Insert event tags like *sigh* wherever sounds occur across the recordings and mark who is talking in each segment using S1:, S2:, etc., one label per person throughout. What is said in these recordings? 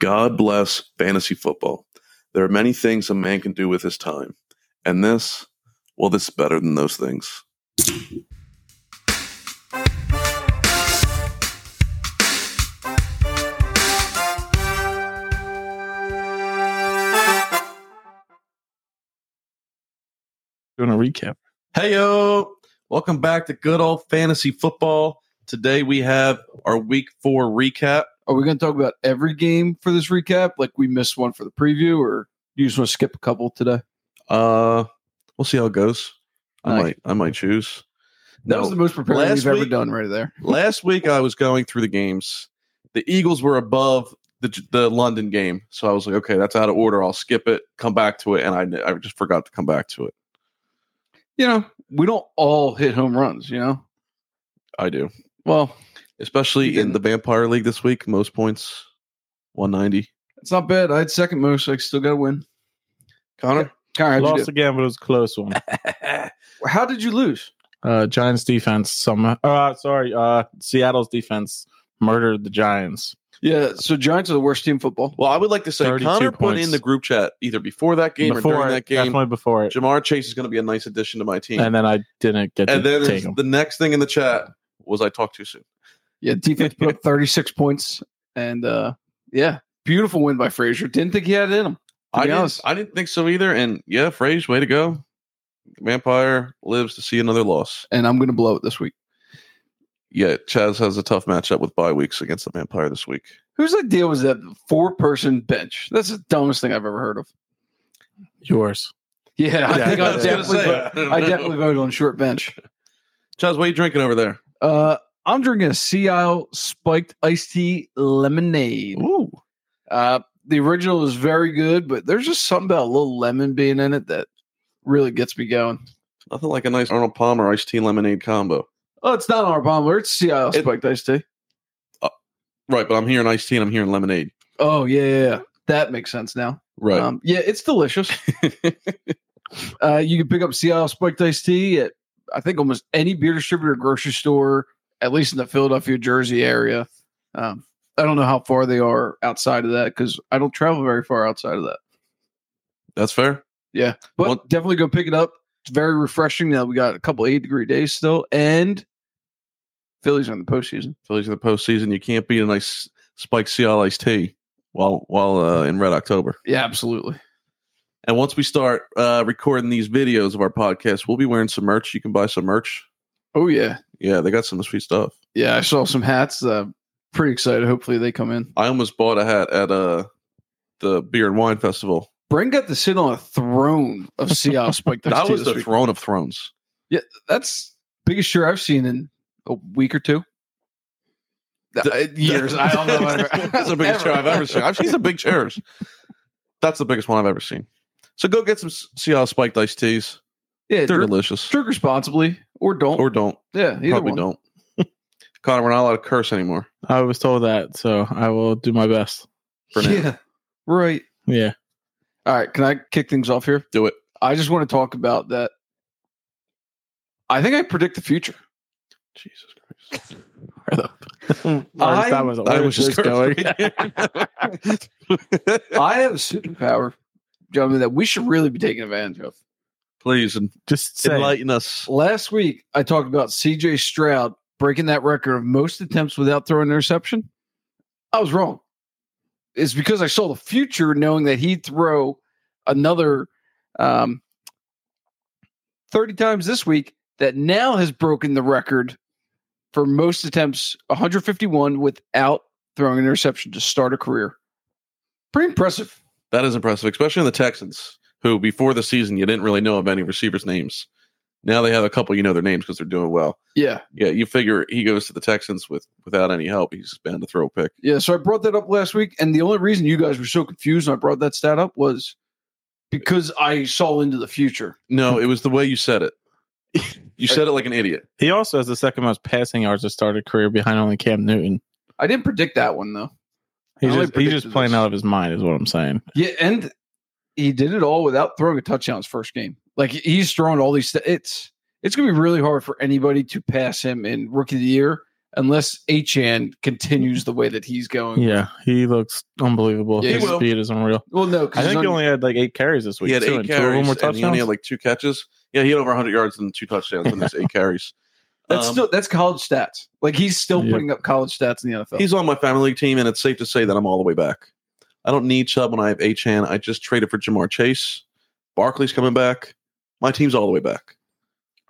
S1: God bless fantasy football. There are many things a man can do with his time. And this, well, this is better than those things.
S2: Doing a recap.
S1: Hey, yo. Welcome back to good old fantasy football. Today we have our week four recap.
S3: Are we going to talk about every game for this recap? Like we missed one for the preview, or you just want to skip a couple today?
S1: Uh, we'll see how it goes. I
S3: Nice.
S1: might, I might choose.
S3: That
S1: No.
S3: was the most prepared
S1: Last
S3: we've ever
S1: week-
S3: done, right there.
S1: last week I was going through the games. The Eagles were above the the London game, so I was like, okay, that's out of order. I'll skip it, come back to it, and I I just forgot to come back to it.
S3: You know, we don't all hit home runs. You know,
S1: I do,
S3: well,
S1: especially
S3: You
S1: in the Vampire League this week. Most points, one ninety.
S3: it's not bad. I had second most. I still got to win. *laughs*
S1: Connor,
S3: Connor, how'd you
S2: Lost again, but it was a close one.
S3: do? how did you lose?
S2: Uh, Giants defense. Some. Uh, sorry. Uh, Seattle's defense murdered the Giants.
S3: Yeah, so Giants are the worst team in football.
S1: well, I would like to say
S2: 32
S1: Connor put
S2: points.
S1: in the group chat either before that game or during
S2: it,
S1: that game.
S2: definitely before it.
S1: Jamar Chase is going to be a nice addition to my team.
S2: And
S1: And,
S2: then I didn't get to
S1: then
S2: take
S1: there's
S2: him.
S1: the next thing in the chat was I talked too soon.
S3: Yeah, defense put up 36 points, and uh yeah, beautiful win by Frazier. Didn't think he had it in him. To
S1: I
S3: be
S1: didn't,
S3: honest.
S1: I didn't think so either. And yeah, phrase, way to go. Vampire lives to see another loss.
S3: and I'm going to blow it this week.
S1: Yeah, Chaz has a tough matchup with bye weeks against the Vampire this week.
S3: Whose idea was that four person bench? That's the dumbest thing I've ever heard of.
S2: Yours.
S3: Yeah, I
S2: Yeah,
S3: think
S2: I
S3: I
S2: was gonna
S1: *laughs*
S3: definitely,
S1: say.
S3: vote- I definitely voted on short bench.
S1: Chaz, what are you drinking over there?
S3: Uh, I'm drinking a Sea Isle spiked iced tea lemonade.
S2: Ooh.
S3: Uh, the original is very good, but there's just something about a little lemon being in it that really gets me going.
S1: Nothing like a nice Arnold Palmer iced tea lemonade combo.
S3: Oh, it's not our bomber. It's Sea Isle
S1: It-
S3: spiked iced tea.
S1: Right, but I'm hearing iced tea and I'm hearing lemonade.
S3: Oh yeah, yeah, yeah. that makes sense now.
S1: Right.
S3: Um, yeah, it's *laughs* delicious. uh, you can pick up Sea Isle spiked iced tea at I think almost any beer distributor, grocery store, at least in the Philadelphia, Jersey area. Um, I don't know how far they are outside of that because I don't travel very far outside of that.
S1: That's fair.
S3: But
S1: Well-
S3: definitely go pick it up. It's very refreshing now. We got a couple eight degree days still, and Phillies are in the postseason.
S1: Phillies in the postseason, you can't beat a nice spiked sea Isle iced tea while while uh, in red October.
S3: Yeah, absolutely.
S1: And once we start uh, recording these videos of our podcast, we'll be wearing some merch. You can buy some merch.
S3: Oh yeah,
S1: Yeah, they got some sweet stuff.
S3: yeah. I saw some hats. Uh, pretty excited. Hopefully they come in.
S1: I almost bought a hat at uh the beer and wine festival.
S3: Brent got to sit on a throne of
S1: *laughs*
S3: Seattle spiked iced
S1: That
S3: tea
S1: was
S3: this
S1: the
S3: week.
S1: throne of
S3: *laughs*
S1: thrones.
S3: That's biggest year I've seen in a week or two. Uh, years. I don't know. whatever.
S1: *laughs* That's the biggest chair I've ever seen. I've seen some big chairs. That's the biggest one I've ever seen. So go get some Seattle spiked iced teas.
S3: Yeah,
S1: They're
S3: drink,
S1: delicious.
S3: drink responsibly or don't.
S1: Or don't.
S3: yeah, either
S1: Probably
S3: one.
S1: don't. *laughs* Connor, we're not allowed to curse anymore.
S2: I was told that, so I will do my best.
S1: for now.
S3: Yeah, right.
S1: *laughs*
S2: Yeah.
S3: All right, can I kick things off here?
S1: Do it.
S3: I just want to talk about that. I think I predict
S1: *laughs*
S3: the future.
S1: Jesus Christ.
S3: I-
S2: that was,
S1: I was *laughs* just going.
S3: *laughs* I have a superpower, gentlemen, that we should really be taking advantage of.
S1: Please en-
S2: *laughs* Just say.
S1: enlighten us.
S3: Last week, I talked about CJ Stroud breaking that record of most attempts without throwing an interception. I was wrong. It's because I saw the future knowing that he'd throw another um, 30 times this week that now has broken the record for most attempts 151 without throwing an interception to start a career. Pretty impressive.
S1: That is impressive, especially in the Texans, who before the season you didn't really know of any receivers' names. Now they have a couple you know their names because they're doing well.
S3: Yeah.
S1: Yeah, you figure he goes to the Texans with without any help, he's bound to throw a pick.
S3: Yeah, so I brought that up last week, and the only reason you guys were so confused and I brought that stat up was because I saw into the future.
S1: No, it was the way you said it. You said it like an idiot.
S2: He also has the second most passing yards to start a career behind only Cam Newton.
S3: I didn't predict that one though.
S2: He's
S3: I only
S2: just, he's
S3: predicted
S2: just playing
S3: this.
S2: out of his mind, is what I'm saying.
S3: Yeah, and he did it all without throwing a touchdown his first game. Like he's throwing all these. St- it's it's gonna be really hard for anybody to pass him in rookie of the year unless Achan continues the way that he's going.
S2: Yeah, he looks unbelievable.
S3: Yeah, he
S2: His
S1: will.
S2: speed is unreal.
S3: Well, no,
S2: I
S3: because
S2: think he only had like eight carries this week.
S1: He had
S2: too,
S1: eight
S2: and two of them
S1: carries
S2: were
S1: and he only had
S2: touchdowns.
S1: like two catches. Yeah, he had over 100 yards and two touchdowns in this eight carries.
S3: that's
S1: Um,
S3: still that's college stats. Like he's still
S2: Yeah.
S3: putting up college stats in the NFL.
S1: He's on my family league team, and it's safe to say that I'm all the way back. I don't need Chubb when I have Achan. I just traded for Jamar Chase. Barkley's coming back. My team's all the way back.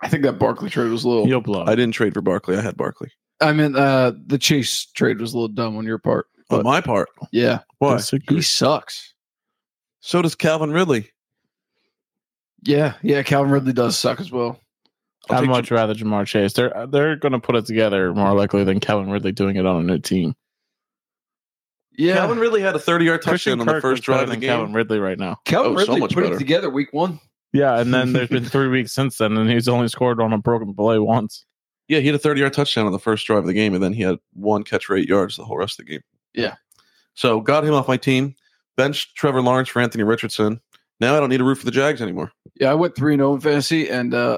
S3: I think that Barkley trade was a little.
S2: You'll blow.
S1: I didn't trade for Barkley. I had Barkley.
S3: I mean, uh, the Chase trade was a little dumb on your part.
S1: On
S3: But-
S1: my part,
S3: Yeah,
S1: why?
S3: he sucks.
S1: So does Calvin Ridley.
S3: Yeah, yeah, Calvin Ridley does suck as well.
S1: I'll
S2: I'd
S1: take
S2: much rather Jamar Chase. They're they're going to put it together more likely than Kevin Ridley doing it on a new team.
S3: Yeah,
S1: Calvin Ridley had a 30 yard
S2: Christian
S1: touchdown on the
S2: Kirk
S1: first
S2: looks better
S1: drive of the
S2: than
S1: game.
S2: Calvin Ridley right now.
S3: Calvin
S1: Oh, so
S3: Ridley
S1: much
S3: put
S1: better.
S3: it together week one.
S2: Yeah, and then there's *laughs* been three weeks since then, and he's only scored on a broken play once.
S1: Yeah, he had a 30 yard touchdown on the first drive of the game, and then he had one catch for eight yards the whole rest of the game.
S3: Yeah.
S1: So got him off my team. Benched Trevor Lawrence for Anthony Richardson. Now I don't need a root for the Jags anymore.
S3: Yeah, I went three and zero in fantasy, and uh,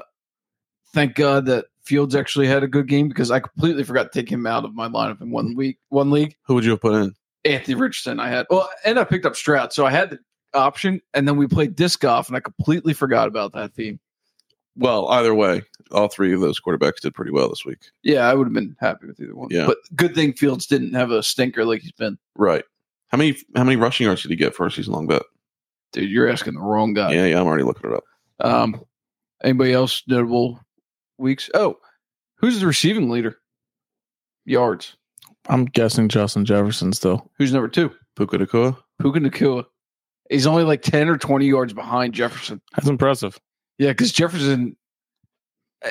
S3: thank God that Fields actually had a good game because I completely forgot to take him out of my lineup in one week, one league.
S1: Who would you have put in?
S3: Anthony Richardson, I had. Well, and I picked up Stroud, so I had the option, and then we played disc golf, and I completely forgot about that theme.
S1: Well, either way, all three of those quarterbacks did pretty well this week.
S3: Yeah, I would have been happy with either one.
S1: Yeah.
S3: but good thing Fields didn't have a stinker like he's been.
S1: Right. How many how many rushing yards did he get for a season long bet?
S3: Dude, you're asking the wrong
S2: Uh,
S3: guy.
S1: yeah, yeah, I'm already looking it up.
S3: Um, anybody else notable weeks? Oh, who's the receiving leader? Yards.
S2: I'm guessing Justin Jefferson still.
S3: Who's number two?
S1: Puka Nakua.
S3: Puka Nakua. He's only like ten or twenty yards behind Jefferson.
S2: That's impressive.
S3: Yeah, because Jefferson. I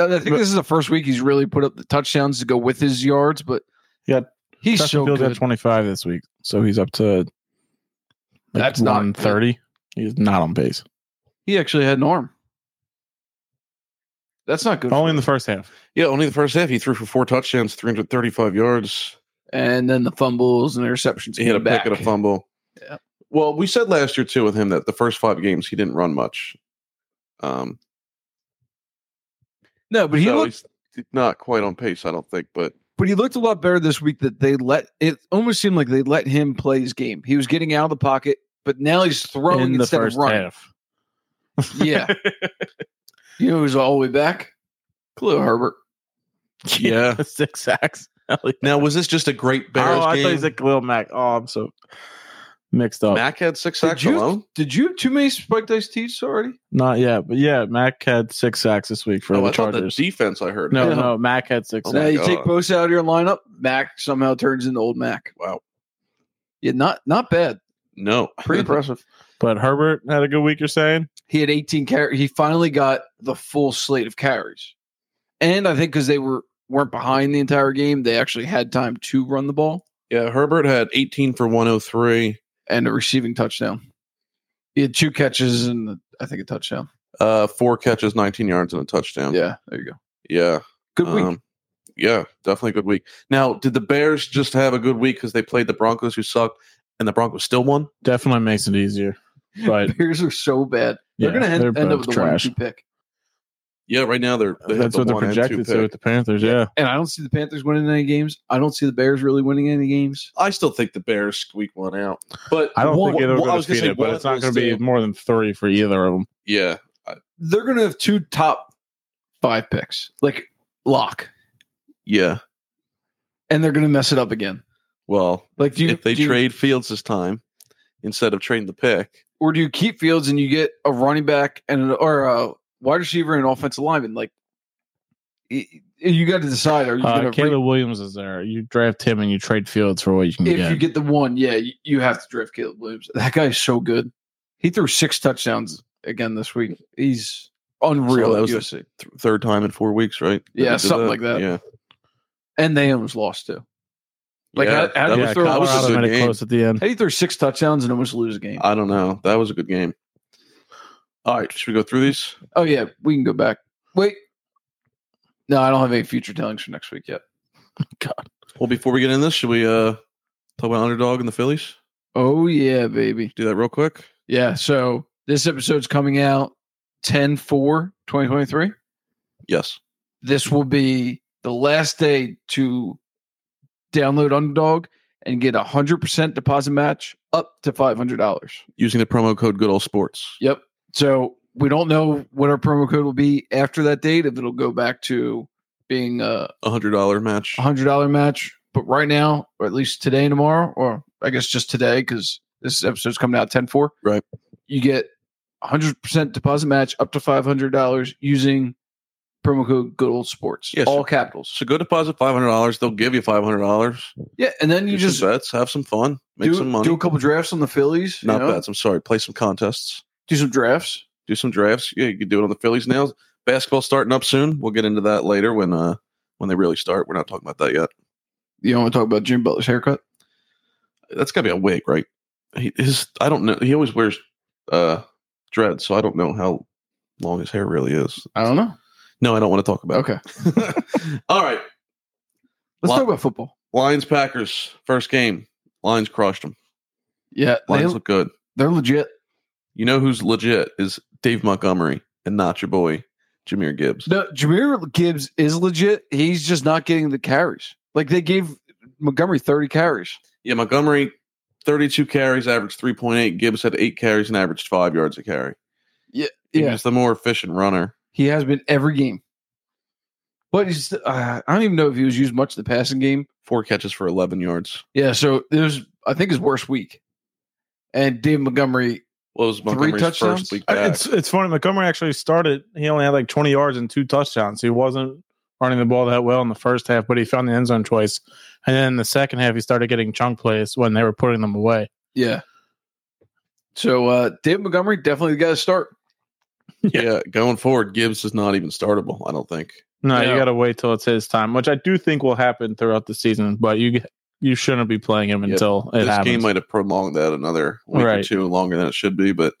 S3: I think this is the first week he's really put up the touchdowns to go with his yards, but
S2: Yeah,
S3: he's
S2: Justin
S3: so
S2: Fields
S3: good.
S2: had 25 this week, so he's up to
S3: That's not good.
S2: 130. He's not on pace.
S3: he actually had an arm. That's not good. for
S2: Only in
S3: him.
S2: the first half.
S1: Yeah, only the first half. He threw for four touchdowns, 335 yards.
S3: and then the fumbles and interceptions.
S1: He had a
S3: came back.
S1: pick and a fumble.
S3: Yeah.
S1: Well, we said last year too with him that the first five games he didn't run much. Um,
S3: No, but he
S1: so
S3: looked
S1: he's not quite on pace, I don't think.
S3: *laughs*
S1: But
S3: But he looked a lot better this week that they let it almost seemed like they let him play his game. He was getting out of the pocket, but now he's throwing
S2: in the
S3: instead
S2: first
S3: of running.
S2: half. *laughs*
S3: Yeah. you know who's all the way back? Khalil Herbert.
S1: Yeah.
S2: six sacks. Hell yeah.
S1: now, was this just a great Bears
S2: oh, I thought he
S1: game?
S2: said Khalil Mack. Oh, I'm so mixed up.
S1: Mac had six sacks
S3: Oh. Did you,
S1: alone.
S3: did you have too many spiked ice tees already?
S2: Not yet, but yeah, Mack had six sacks this week for
S1: Oh,
S2: the
S1: I thought the
S2: Chargers.
S1: defense. I heard.
S2: no,
S3: Yeah.
S2: no, Mack had six
S1: Oh,
S3: now
S1: my
S2: sacks.
S3: you take
S1: God.
S3: Bosa out of your lineup, Mac somehow turns into old Mac.
S1: Wow.
S3: Yeah, not not bad.
S1: no. *laughs*
S3: Pretty impressive.
S2: But Herbert had a good week. You're saying?
S3: He had 18 carries. He finally got the full slate of carries. And I think because they were weren't behind the entire game, they actually had time to run the ball.
S1: yeah, Herbert had 18 for 103,
S3: and a receiving touchdown. He had two catches and I think a touchdown.
S1: uh, four catches, 19 yards, and a touchdown.
S3: Yeah, there you go.
S1: yeah,
S3: Good *laughs* week.
S1: Um, yeah, definitely a good week. Now, did the Bears just have a good week because they played the Broncos, who sucked, and the Broncos still won?
S2: Definitely makes it easier. But
S3: Bears are so bad. They're
S2: Yeah,
S3: going to end,
S2: they're
S3: end up
S2: both
S3: with a one
S2: trash.
S3: two pick.
S1: Yeah, right now they're they have
S2: Uh, that's
S1: the
S2: what they're
S1: one and two
S2: projected to
S1: pick.
S2: with the Panthers. Yeah,
S3: And I don't see the Panthers winning any games. I don't see the Bears really winning any games.
S1: I still think the Bears squeak one out, but
S2: I don't
S1: one-
S2: think it'll
S1: well, I
S2: go
S1: was gonna
S2: defeat
S1: say
S2: it, but
S1: one
S2: it's
S1: of
S2: not going to
S1: those
S2: be
S1: two-
S2: more than three for either of them.
S1: Yeah,
S3: They're going to have two top five picks, like lock,
S1: yeah.
S3: and they're going to mess it up again.
S1: Well,
S3: Like, do you,
S1: if they
S3: do you-
S1: trade Fields this time instead of trading the pick,
S3: or do you keep Fields and you get a running back and an, or a wide receiver and offensive lineman? Like, y- y- you got to decide. Are you
S2: Uh,
S3: going to
S2: Caleb Williams is there. You draft him and you trade Fields for what you can
S3: if
S2: get.
S3: you get the one, yeah, you, you have to draft Caleb Williams. That guy's so good. He threw six touchdowns again this week. He's unreal.
S1: So that was
S3: at USC.
S1: th- third time in four weeks, right? That
S3: Yeah,
S1: they did
S3: something like that.
S1: Yeah,
S3: and they almost lost too. Like,
S1: yeah,
S3: how- how do
S1: that
S3: you
S2: yeah,
S1: was-
S3: throw
S1: that was
S2: Colorado
S1: a good
S2: made it
S1: game.
S2: close at the end.
S3: How do you throw six touchdowns and almost lose a game?
S2: Uh,
S1: I don't know. That was a good game. All right, should we go through these?
S3: oh yeah, we can go back. Wait, no, I don't have any future tellings for next week yet.
S2: God,
S1: Well, before we get in this, should we uh talk about underdog and the Phillies?
S3: Oh yeah, baby.
S1: Do that real quick.
S3: Yeah. So this episode's coming out 10 4 2023.
S1: Yes.
S3: This will be the last day to download Underdog and get a 100% deposit match up to $500.
S1: using the promo code Good Old Sports.
S3: Yep. So we don't know what our promo code will be after that date, if it'll go back to being uh, a
S1: A hundred dollar match.
S3: $100 match. But right now, or at least today and tomorrow, or I guess just today, because this episode's coming out 10 4.
S1: Right.
S3: You get a 100% deposit match up to $500 using promo code Good Old Sports.
S1: Yes,
S3: all
S1: sir.
S3: capitals.
S1: So go deposit five hundred dollars. They'll give you five hundred dollars.
S3: Yeah. And then you just
S1: some bets, have some fun, make
S3: do,
S1: some money.
S3: do a couple drafts on the Phillies. you
S1: Not
S3: know?
S1: bets. I'm sorry. Play some contests.
S3: Do some drafts.
S1: Do some drafts. Yeah, you can do it on the Phillies now. Basketball starting up soon. We'll get into that later when uh when they really start. We're not talking about that yet.
S3: You don't want to talk about Jim Butler's haircut?
S1: That's got to be a wig, right? He, his I don't know. He always wears uh dreads, so I don't know how long his hair really is.
S3: I don't know.
S1: No, I don't want to talk about.
S3: Okay.
S1: it. All right.
S3: Let's
S1: Lo-
S3: talk about football.
S1: Lions Packers first game. Lions crushed them.
S3: Yeah. They,
S1: Lions look good.
S3: they're legit.
S1: You know who's legit is Dave Montgomery and not your boy Jameer Gibbs.
S3: No, Jameer Gibbs is legit. He's just not getting the carries. Like they gave Montgomery 30 carries.
S1: Yeah, Montgomery, 32 carries, averaged 3.8. Gibbs had eight carries and averaged five yards a carry. He was the more efficient runner.
S3: He has been every game. But he's, uh, I don't even know if he was used much in the passing game.
S1: Four catches for 11 yards.
S3: Yeah. So it was, I think, his worst week. And Dave Montgomery,
S1: Well, it was Montgomery's
S3: touchdowns?
S1: first
S3: *laughs*
S1: week
S2: I-
S1: back.
S2: It's it's funny. Montgomery actually started. He only had like 20 yards and two touchdowns. He wasn't running the ball that well in the first half, but he found the end zone twice. And then in the second half, he started getting chunk plays when they were putting them away.
S3: yeah. So uh, Dave Montgomery definitely the guy to start.
S1: yeah. going forward, Gibbs is not even startable, I don't think.
S2: No,
S3: Yeah.
S2: you got to wait till it's his time, which I do think will happen throughout the season. But you you shouldn't be playing him
S1: Yep.
S2: until it
S1: this
S2: happens.
S1: game might have prolonged that another week or
S2: Right.
S1: two longer than it should be, but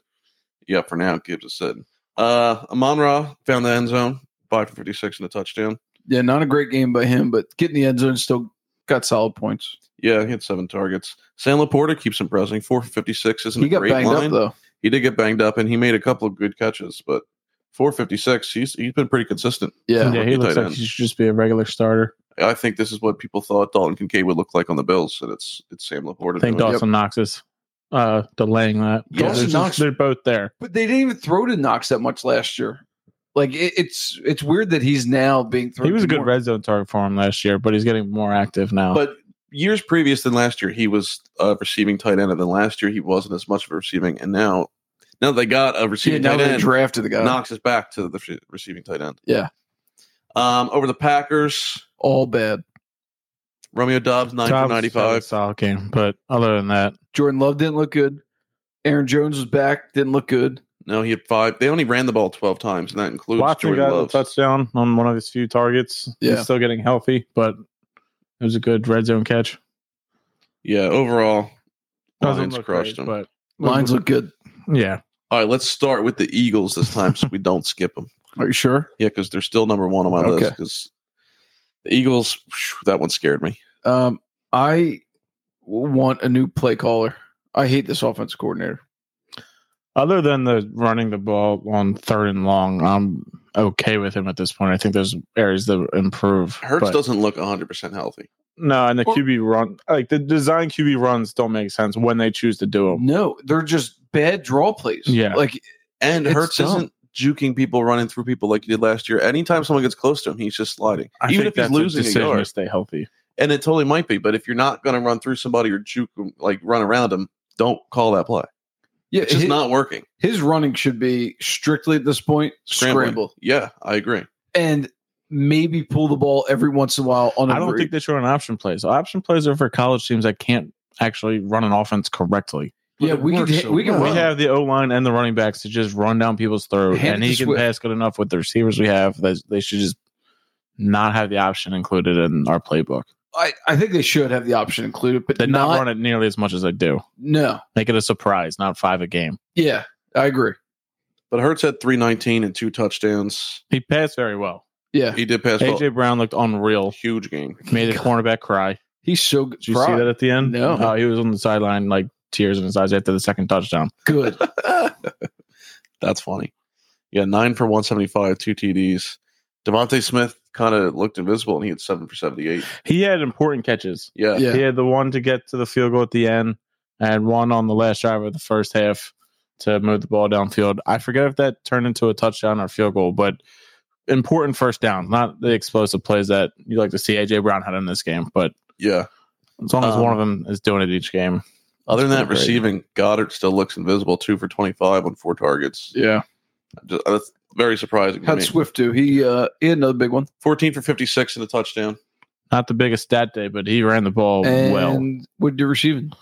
S1: yeah, for now, Gibbs is sitting. Uh, Amon Ra found the end zone, five for 56 and a touchdown.
S3: Yeah. Not a great game by him, but getting the end zone still got solid points.
S1: Yeah, he had seven targets. Sam Laporta keeps impressing. Four for fifty-six isn't
S3: He
S1: a
S3: got
S1: great
S3: banged
S1: line.
S3: up, though.
S1: He did get banged up, and he made a couple of good catches, but four fifty-six. He's he's been pretty consistent.
S3: Yeah.
S2: yeah,
S1: Rookie
S2: he looks
S1: tight
S2: like
S1: end.
S2: he should just be a regular starter.
S1: I think this is what people thought Dalton Kincaid would look like on the Bills, and it's it's Sam Laporta.
S2: I think
S1: doing it.
S2: Dawson Knox is uh, delaying that.
S3: Yeah,
S2: They're
S3: Dawson
S2: just-
S3: Knox-
S2: they're both there.
S3: but they didn't even throw to Knox that much last year. Like it, it's it's weird that he's now being thrown.
S2: He was
S3: to
S2: a good
S3: more.
S2: red zone target for him last year, but he's getting more active now.
S1: But years previous than last year, he was a receiving tight end, and then last year he wasn't as much of a receiving. And now, now they got a
S3: Yeah,
S1: receiving
S3: now
S1: tight
S3: they
S1: end.
S3: drafted the guy.
S1: Knocks us back to the rece- receiving tight end.
S3: Yeah.
S1: Um, over the Packers,
S3: All bad.
S1: Romeo Dobbs nine for
S2: Dobbs had a
S1: ninety-five.
S2: solid game, but other than that,
S3: Jordan Love didn't look good. Aaron Jones was back, didn't look good.
S1: No, he had five. They only ran the ball twelve times, and that includes
S2: Watson
S1: Jordan
S2: got
S1: Love.
S2: a touchdown on one of his few targets.
S3: Yeah.
S2: He's still getting healthy, but it was a good red zone catch.
S1: Yeah, overall,
S2: Doesn't
S1: Lions
S2: look
S1: crushed
S2: great,
S1: them.
S2: but
S3: Lines look good.
S2: yeah.
S1: All right, let's start with the Eagles this time, so we don't skip them.
S3: Are you sure?
S1: Yeah, because they're still number one on my
S3: Okay.
S1: list. Because the Eagles, phew, that one scared me.
S3: Um, I want a new play caller. I hate this offense coordinator.
S2: Other than the running the ball on third and long, I'm okay with him at this point. I think there's areas that improve.
S1: Hurts
S2: but-
S1: doesn't look one hundred percent healthy.
S2: no, and the
S3: Or-
S2: QB run, like the design QB runs, don't make sense when they choose to do them.
S3: No, they're just bad draw plays.
S2: Yeah.
S3: like
S1: And
S3: It's
S1: Hurts
S3: dumb.
S1: isn't juking people, running through people like he did last year. Anytime someone gets close to him, he's just sliding,
S2: I
S1: even
S2: think
S1: if he's
S2: that's a
S1: losing a
S2: decision
S1: yard.
S2: to stay healthy.
S1: And it totally might be. But if you're not going to run through somebody or juke, 'em, like run around them, don't call that play.
S3: yeah,
S1: It's just
S3: his,
S1: not working.
S3: his running should be strictly at this point
S1: Scrambling.
S3: scramble
S1: Yeah, I agree.
S3: and maybe pull the ball every once in a while on a
S2: I don't
S3: read.
S2: think they should run option plays. Option plays are for college teams that can't actually run an offense correctly.
S1: But
S3: Yeah,
S1: it
S3: we can
S1: works
S3: hit-
S1: so
S3: we can
S1: well.
S2: We
S3: Wow.
S2: have the O line and the running backs to just run down people's throat,
S3: Hand it
S2: and
S3: to
S2: he can
S3: Swift.
S2: pass good enough with the receivers we have that they should just not have the option included in our playbook.
S3: I, I think they should have the option included, but
S2: They
S3: not,
S2: not, run it nearly as much as they do.
S3: no.
S2: Make it a surprise, not five a game.
S3: Yeah, I agree.
S1: But Hurts had 319 and two touchdowns.
S2: He passed very well.
S3: Yeah,
S1: He did pass well.
S2: AJ Brown looked
S3: *laughs*
S2: unreal.
S1: huge game.
S2: Made the cornerback cry.
S3: he's so good.
S2: Did you see that at the end?
S3: No.
S2: Oh, he was on the sideline like tears in his eyes after the second touchdown.
S3: Good.
S2: *laughs*
S1: That's funny. Yeah, nine for 175, two TDs. Devontae Smith kind of looked invisible, and he had seven for seventy-eight.
S2: He had important catches.
S1: Yeah,
S3: Yeah.
S2: He had the one to get to the field goal at the end, and one on the last drive of the first half to move the ball downfield. I forget if that turned into a touchdown or field goal, but important first down, not the explosive plays that you like to see AJ Brown had in this game. But
S1: yeah.
S2: as long as
S1: Um,
S2: one of them is doing it each game,
S1: Other than that,
S2: That's pretty great.
S1: receiving Goddard still looks invisible, two for twenty-five on four targets.
S3: Yeah.
S1: Just, that's very surprising. To
S3: How'd
S1: me.
S3: Swift do? He uh he had another big one.
S1: Fourteen for fifty-six in a touchdown.
S2: not the biggest stat day, but he ran the ball
S3: and
S2: Oh, well.
S3: what did you receiving?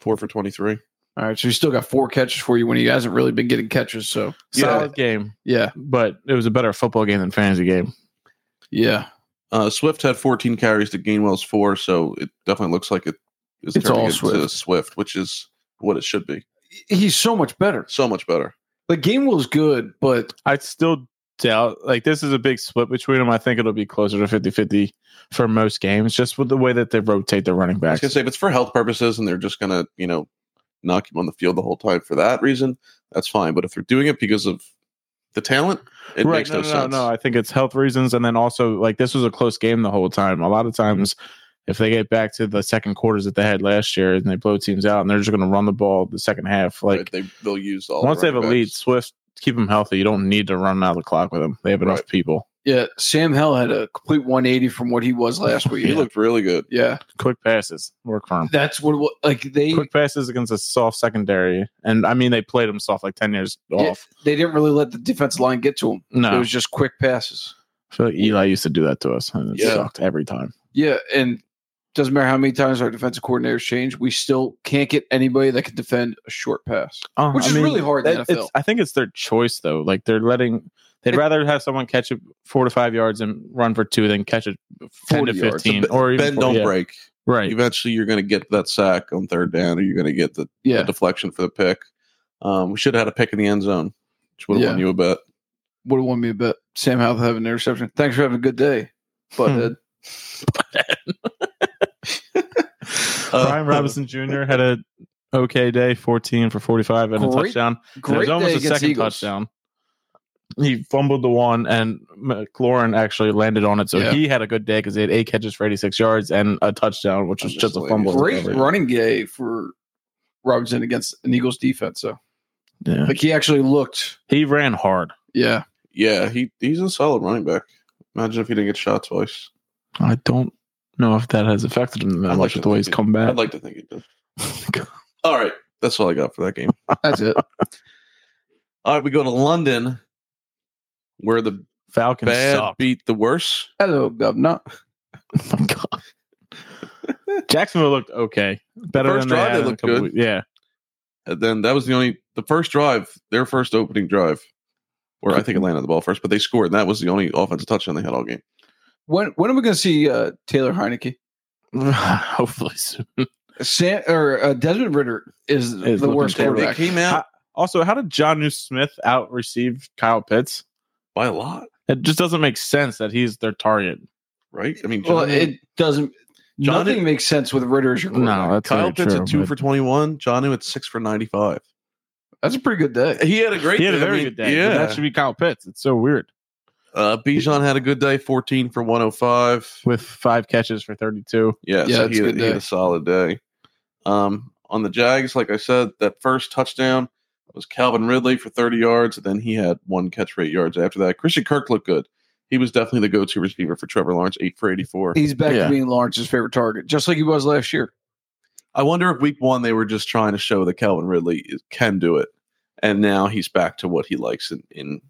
S1: Four for twenty-three.
S3: All right, so you still got four catches for you when he hasn't really been getting catches. So
S1: Yeah.
S2: Solid game,
S3: yeah,
S2: but it was a better football game than fantasy game.
S3: yeah.
S1: Uh, Swift had 14 carries to Gainwell's four, so it definitely looks like it is
S3: It's
S1: turning
S3: all
S1: into
S3: Swift.
S1: Swift. which is what it should be.
S3: He's so much better.
S1: So much better.
S3: Like Gainwell's good, but
S2: I still doubt like this is a big split between them. I think it'll be closer to 50 50 for most games, just with the way that they rotate their running
S1: I was
S2: backs.
S1: gonna say if it's for health purposes and they're just gonna, you know, knock him on the field the whole time for that reason, that's fine. But if they're doing it because of the talent, it
S2: right,
S1: makes
S2: no,
S1: no,
S2: no,
S1: sense.
S2: No, no, I think it's health reasons, and then also like this was a close game the whole time. A lot of times, if they get back to the second quarters that they had last year, and they blow teams out, and they're just going to run the ball the second half, like
S1: Right, they they'll use all the
S2: once they have a
S1: running
S2: lead,
S1: backs.
S2: Swift keep them healthy. You don't need to run out of the clock with them. They have enough
S1: Right.
S2: people.
S3: yeah, Sam Hell had a complete 180 from what he was last week.
S1: He looked really good.
S3: yeah,
S2: Quick passes work for them.
S3: that's what it wa- like they
S2: Quick passes against a soft secondary, and I mean they played them soft like ten years
S3: Yeah.
S2: off.
S3: they didn't really let the defensive line get to him.
S2: No,
S3: It was just quick passes.
S2: I feel like Eli used to do that to us, and it
S1: Yeah.
S2: sucked every time.
S3: Yeah, and doesn't matter how many times our defensive coordinators change, we still can't get anybody that can defend a short pass,
S2: Oh,
S3: which
S2: I
S3: is
S2: mean,
S3: really hard in the
S2: that-
S3: NFL.
S2: it's- I think it's their choice though. Like they're letting, they'd
S3: It-
S2: rather have someone catch it four to five yards and run for two than catch it ten to
S3: 40 yards.
S2: fifteen
S1: It's a
S2: or even
S1: Bend
S2: 40,
S1: don't
S2: yeah.
S1: break.
S2: Right.
S1: Eventually you're gonna get that sack on third down or you're gonna get the
S3: Yeah,
S1: the deflection for the pick. Um, we should have had a pick in the end zone, which would have
S3: Yeah.
S1: won you a bet.
S3: would have won me a bet. Sam Howell having an interception. Thanks for having a good day,
S2: Hmm.
S3: butthead.
S1: Uh, *laughs*
S3: *laughs*
S2: Brian Robinson Jr. had a okay day, fourteen for forty five and a
S3: Great-
S2: touchdown. And it
S3: Great
S2: was
S3: day
S2: almost a
S3: against
S2: second
S3: Eagles.
S2: touchdown. He fumbled the one, and McLaurin actually landed on it. So
S3: Yeah.
S2: he had a good day because he had eight catches for 86 yards and a touchdown, which was
S1: I'm
S2: just a
S1: just
S2: fumble.
S1: like-
S3: Great
S1: Whatever.
S3: running game for Robinson against an Eagles defense. So
S2: Yeah.
S3: like he actually looked.
S2: He ran hard.
S3: Yeah,
S1: Yeah, he he's a solid running back. Imagine if he didn't get shot twice.
S2: I don't know if that has affected him that
S1: I'd
S2: much
S1: like to
S2: with the way
S1: think
S2: he's
S1: it-
S2: come back.
S1: I'd like to think he did. All right, that's all I got for that game.
S3: that's it.
S1: All right, we go to London, where the
S2: *laughs* Falcons
S1: bad
S2: suck.
S1: beat the worse.
S3: Hello, governor.
S2: *laughs* Oh my God.
S1: *laughs*
S2: Jacksonville looked okay. Better
S1: first
S2: than they
S1: drive,
S2: had
S1: they
S2: in a
S1: looked
S2: couple
S1: good.
S2: weeks. Yeah. *laughs*
S1: And then that was the only the first drive, their first opening drive, where I think Atlanta had the ball first, but they scored. And that was the only offensive touchdown they had all game.
S3: When when are we going to see uh, Taylor Heineke?
S2: Hopefully soon.
S3: Sam or uh, Desmond Ritter is,
S2: Is
S3: the
S2: looking
S3: worst
S1: They, they
S3: quarterback.
S1: came out
S2: Also, how did John New Smith out receive Kyle Pitts?
S1: by a lot,
S2: It just doesn't make sense that he's their target.
S1: right? I mean,
S3: Well,
S1: John-
S3: it doesn't.
S1: John-
S3: nothing makes sense with Ritter as your quarterback.
S2: No, that's
S1: Kyle
S2: very
S1: Pitts
S2: true,
S1: at two
S2: but-
S1: for twenty one, Johnu at six for ninety five.
S3: That's a pretty good day.
S1: He had a great
S2: He had a
S1: day. I
S2: very
S1: mean,
S2: good day.
S1: Yeah,
S2: Yeah, that should be Kyle Pitts. It's so weird
S1: Uh, Bijan had a good day, 14 for 105.
S2: with five catches for thirty-two.
S1: Yeah,
S3: Yeah,
S1: so
S3: that's
S1: he,
S3: a
S1: had,
S3: good
S1: he had
S3: day.
S1: a solid day. Um, on the Jags, like I said, that first touchdown was Calvin Ridley for 30 yards, and then he had one catch for eight yards after that. Christian Kirk looked good. He was definitely the go to receiver for Trevor Lawrence, eight for 84.
S3: He's back
S2: Yeah.
S3: to being Lawrence's favorite target, just like he was last year.
S1: I wonder if week one they were just trying to show that Calvin Ridley is, can do it, and now he's back to what he likes in, in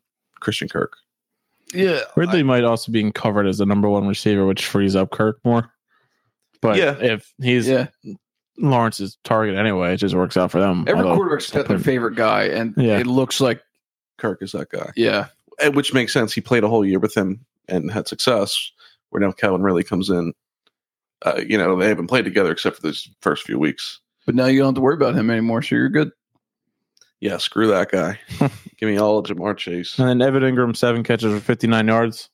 S1: Christian Kirk.
S3: Yeah,
S2: Ridley might also be covered as the number one receiver, which frees up Kirk more. But
S1: Yeah.
S2: if he's
S3: yeah.
S2: Lawrence's target anyway, it just works out for them.
S3: Every
S2: Although-
S3: quarterback's got their favorite guy, and
S2: Yeah.
S3: it looks like
S1: Kirk is that guy.
S3: yeah,
S1: and- which makes sense. He played a whole year with him and had success. Where now Calvin really comes in. Uh, you know, they haven't played together except for those first few weeks.
S3: but now you don't have to worry about him anymore, so you're good.
S1: Yeah, screw that
S2: *laughs*
S1: guy. Give me all of Jamar Chase.
S2: and then Evan Ingram seven catches for fifty-nine yards,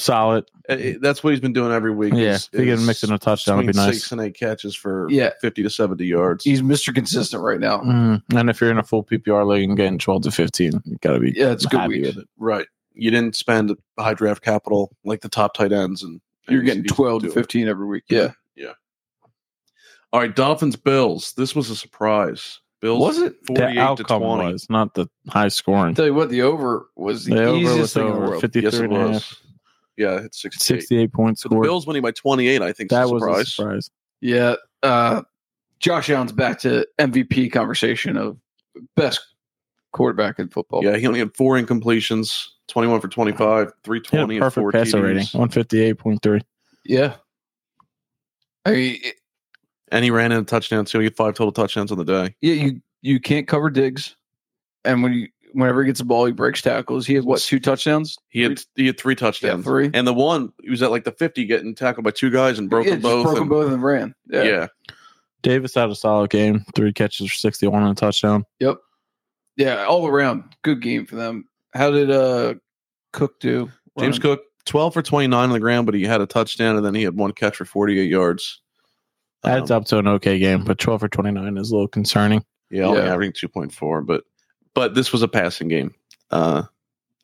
S2: solid.
S1: Uh, it- that's what he's been doing every week.
S2: Yeah,
S1: is-
S2: if he can
S1: is
S2: mix in a touchdown, would be
S1: between
S2: nice.
S1: Six and eight catches for
S3: Yeah.
S1: fifty to seventy yards.
S3: He's Mr. Consistent right now.
S2: Mm-hmm. Mm. And if you're in a full PPR league and getting twelve to fifteen, you gotta be
S3: Yeah, it's good
S2: happy
S3: weeks.
S2: with it.
S1: right. you didn't spend high draft capital like the top tight ends, and
S3: You're
S1: and
S3: getting
S1: Steve
S3: 12 to
S1: do it.
S3: 15 every week.
S1: Yeah, yeah. All right, Dolphins Bills. This was a surprise. Bills
S3: Was it?
S2: The
S1: forty-eight to
S2: outcome
S1: twenty?
S2: was not the high scoring.
S3: I'll tell you what, the over was the,
S2: The over
S3: easiest
S2: was
S3: thing in the
S2: over.
S3: world.
S2: 53
S1: yes, it
S2: and a half.
S1: was. Yeah, it's sixty-eight.
S2: 68 points
S1: So the
S2: scored.
S1: Bills winning by twenty-eight, I think, is
S2: that
S1: a
S2: was
S1: surprise.
S2: a surprise.
S3: Yeah. Uh, Josh Allen's back to MVP conversation of best quarterback in football.
S1: Yeah, he only had four incompletions, twenty-one for twenty-five, three
S2: He had
S1: twenty,
S2: a
S1: and four
S2: perfect passer rating,
S1: TDs,
S2: 158.3.
S3: Yeah. I mean, it-
S1: and he ran in a touchdown too. He had five total touchdowns on the day.
S3: yeah, you you can't cover Diggs, and when you whenever he gets the ball, he breaks tackles. He had what two touchdowns?
S1: He had he had three touchdowns.
S3: Yeah, three.
S1: And the one he was at like the fifty, getting tackled by two guys and broke
S3: yeah,
S1: them
S3: just
S1: both.
S3: broke
S1: and-
S3: them both and ran.
S1: yeah.
S3: Yeah. yeah,
S1: yeah,
S2: Davis had a solid game, three catches for 61 and a touchdown.
S3: all around good game for them. How did uh Cook do?
S1: James
S3: Running?
S1: Cook twelve for twenty nine on the ground, but he had a touchdown and then he had one catch for forty eight yards.
S2: Adds
S1: Um,
S2: up to an okay game, but 12 for 29 is a little concerning.
S1: Yeah, only
S3: Yeah.
S1: averaging two point four, but but this was a passing game. Uh,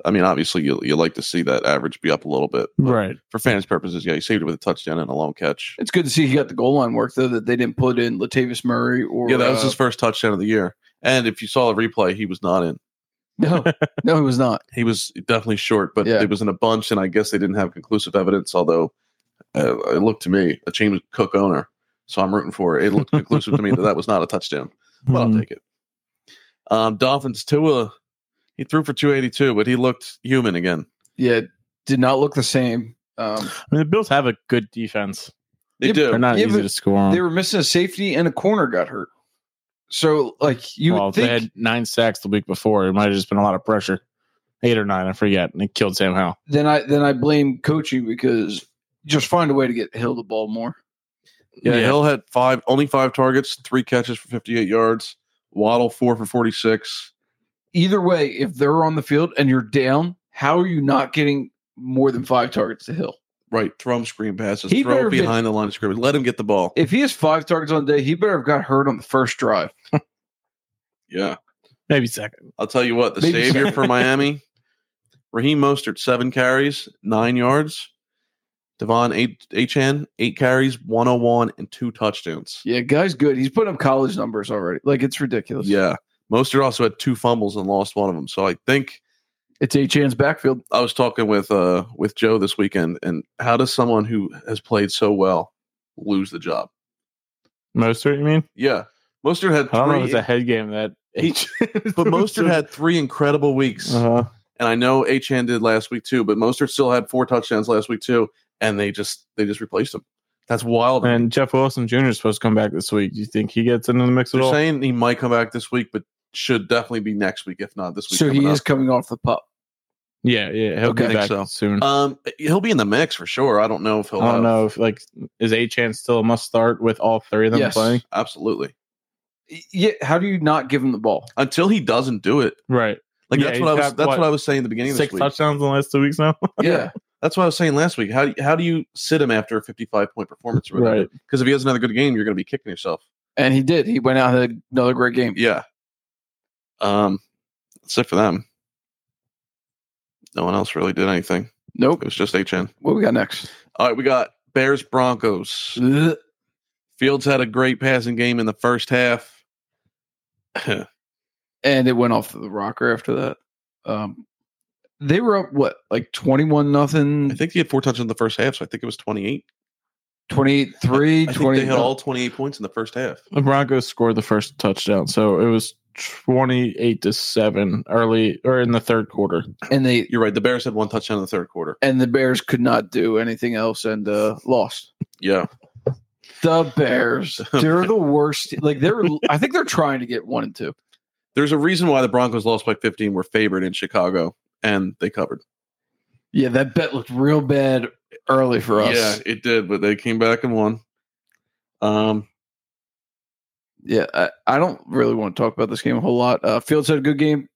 S1: I mean, obviously you you like to see that average be up a little bit, but
S2: Right.
S1: For fans' purposes, yeah, he saved it with a touchdown and a long catch.
S3: It's good to see he got the goal line work though that they didn't put in Latavius Murray or
S1: Yeah, that was
S3: uh,
S1: his first touchdown of the year. And if you saw the replay, he was not in. *laughs*
S3: no, no, he was not.
S1: He was definitely short, but
S3: Yeah.
S1: it was in a bunch, and I guess they didn't have conclusive evidence. Although uh, it looked to me a James Cook owner, so I'm rooting for it. It looked conclusive to me that that was not a touchdown, but I'll
S2: Mhm.
S1: take it. Um, Dolphins Tua, he threw for 282, but he looked human again.
S3: Yeah, did not look the same. Um,
S2: I mean, the Bills have a good defense.
S1: They
S3: Yeah,
S1: do.
S2: They're not
S3: Yeah,
S2: easy
S3: but
S2: to score on.
S3: they were missing a safety and a corner got hurt. So like you
S2: well,
S3: would
S2: if they
S3: think
S2: had nine sacks the week before. It might have just been a lot of pressure. Eight or nine, I forget. And it killed Sam Howell.
S3: then I then I blame coaching because just find a way to get Hill the ball more.
S1: Yeah,
S2: Yeah.
S1: Hill had five, only five targets, three catches for 58 yards. Waddle four for 46.
S3: Either way, if they're on the field and you're down, how are you not getting more than five targets to Hill?
S1: Right, throw him screen passes,
S3: He
S1: throw
S3: better
S1: it
S3: be-
S1: behind the line of scrimmage, let him get the ball.
S3: If he has five targets on the day, he better have got hurt on the first drive.
S1: yeah,
S2: Maybe second.
S1: I'll tell you what, the
S3: Maybe
S1: savior
S3: so.
S1: for Miami, Raheem Mostert, seven carries, nine yards. Devon eight, Achan, eight carries, 101, and two touchdowns.
S3: Yeah, guy's good. He's putting up college numbers already. Like it's ridiculous.
S1: Yeah, Mostert also had two fumbles and lost one of them. So I think
S3: It's Achan's backfield.
S1: I was talking with uh with Joe this weekend, and how does someone who has played so well lose the job?
S2: Mostert, you mean?
S1: Yeah, Mostert had
S2: I don't know if it's
S1: three,
S2: a head game that.
S1: He- *laughs*
S2: *laughs*
S1: but Mostert had three incredible weeks.
S2: Uh-huh.
S1: and I know Achan did last week too, but Mostert still had four touchdowns last week too, and they just they just replaced him. That's wild.
S2: And Jeff Wilson Jr. is supposed to come back this week. Do you think he gets into the mix at
S1: They're
S2: all?
S1: saying he might come back this week, but should definitely be next week, if not this week.
S3: So he
S1: coming
S3: is
S1: up.
S3: coming off the pup.
S2: yeah, yeah, he'll
S1: Okay.
S2: be
S1: I think
S2: back
S1: so.
S2: soon.
S1: Um, he'll be in the mix for sure. I don't know if he'll.
S2: I don't
S1: have-
S2: know if like is A Chan still a must start with all three of them
S3: Yes.
S2: playing.
S1: Absolutely.
S3: Yeah, how do you not give him
S1: *laughs*
S3: the ball?
S1: Until he doesn't do it,
S2: Right.
S1: like
S2: Yeah,
S1: that's
S2: he's
S1: what I was.
S2: got,
S1: That's what?
S2: what,
S1: I was saying at the beginning of this
S2: Six
S1: week.
S2: touchdowns in the last two weeks now.
S3: Yeah.
S1: That's what I was saying last week. How do you, how do you sit him after a fifty-five point performance? Or whatever?
S2: Right.
S1: Because if he has another good game, you're going to be kicking yourself.
S3: And he did. He went out and had another great game.
S1: Yeah. Um, that's it for them. No one else really did anything. It
S3: Nope.
S1: was just HN.
S3: What we got next?
S1: All right, we got Bears Broncos.
S3: Ugh.
S1: Fields had a great passing game in the first half. *clears throat*
S3: and it went off the rocker after that. Um, they were up what like twenty one
S1: I
S3: nothing,
S1: think he had four touchdowns in the first half, so I think it was 28.
S3: 28-3,
S1: I think they
S3: 20
S1: had all 28 points in the first half.
S2: The Broncos scored the first touchdown, so it was twenty-eight to seven early or in the third quarter.
S3: and they
S1: You're right. The Bears had one touchdown in the third quarter.
S3: and the Bears could not do anything else and uh, lost.
S1: Yeah.
S3: The
S1: *laughs*
S3: Bears, they're the worst. Like they're, I think they're trying to get one and two.
S1: There's a reason why the Broncos lost by 15, were favored in Chicago, and they covered.
S3: Yeah, that bet looked real bad early for us.
S1: Yeah, it did, but they came back and won. Um,
S3: Yeah, I, I don't really want to talk about this game a whole lot. Uh, Fields had a good game.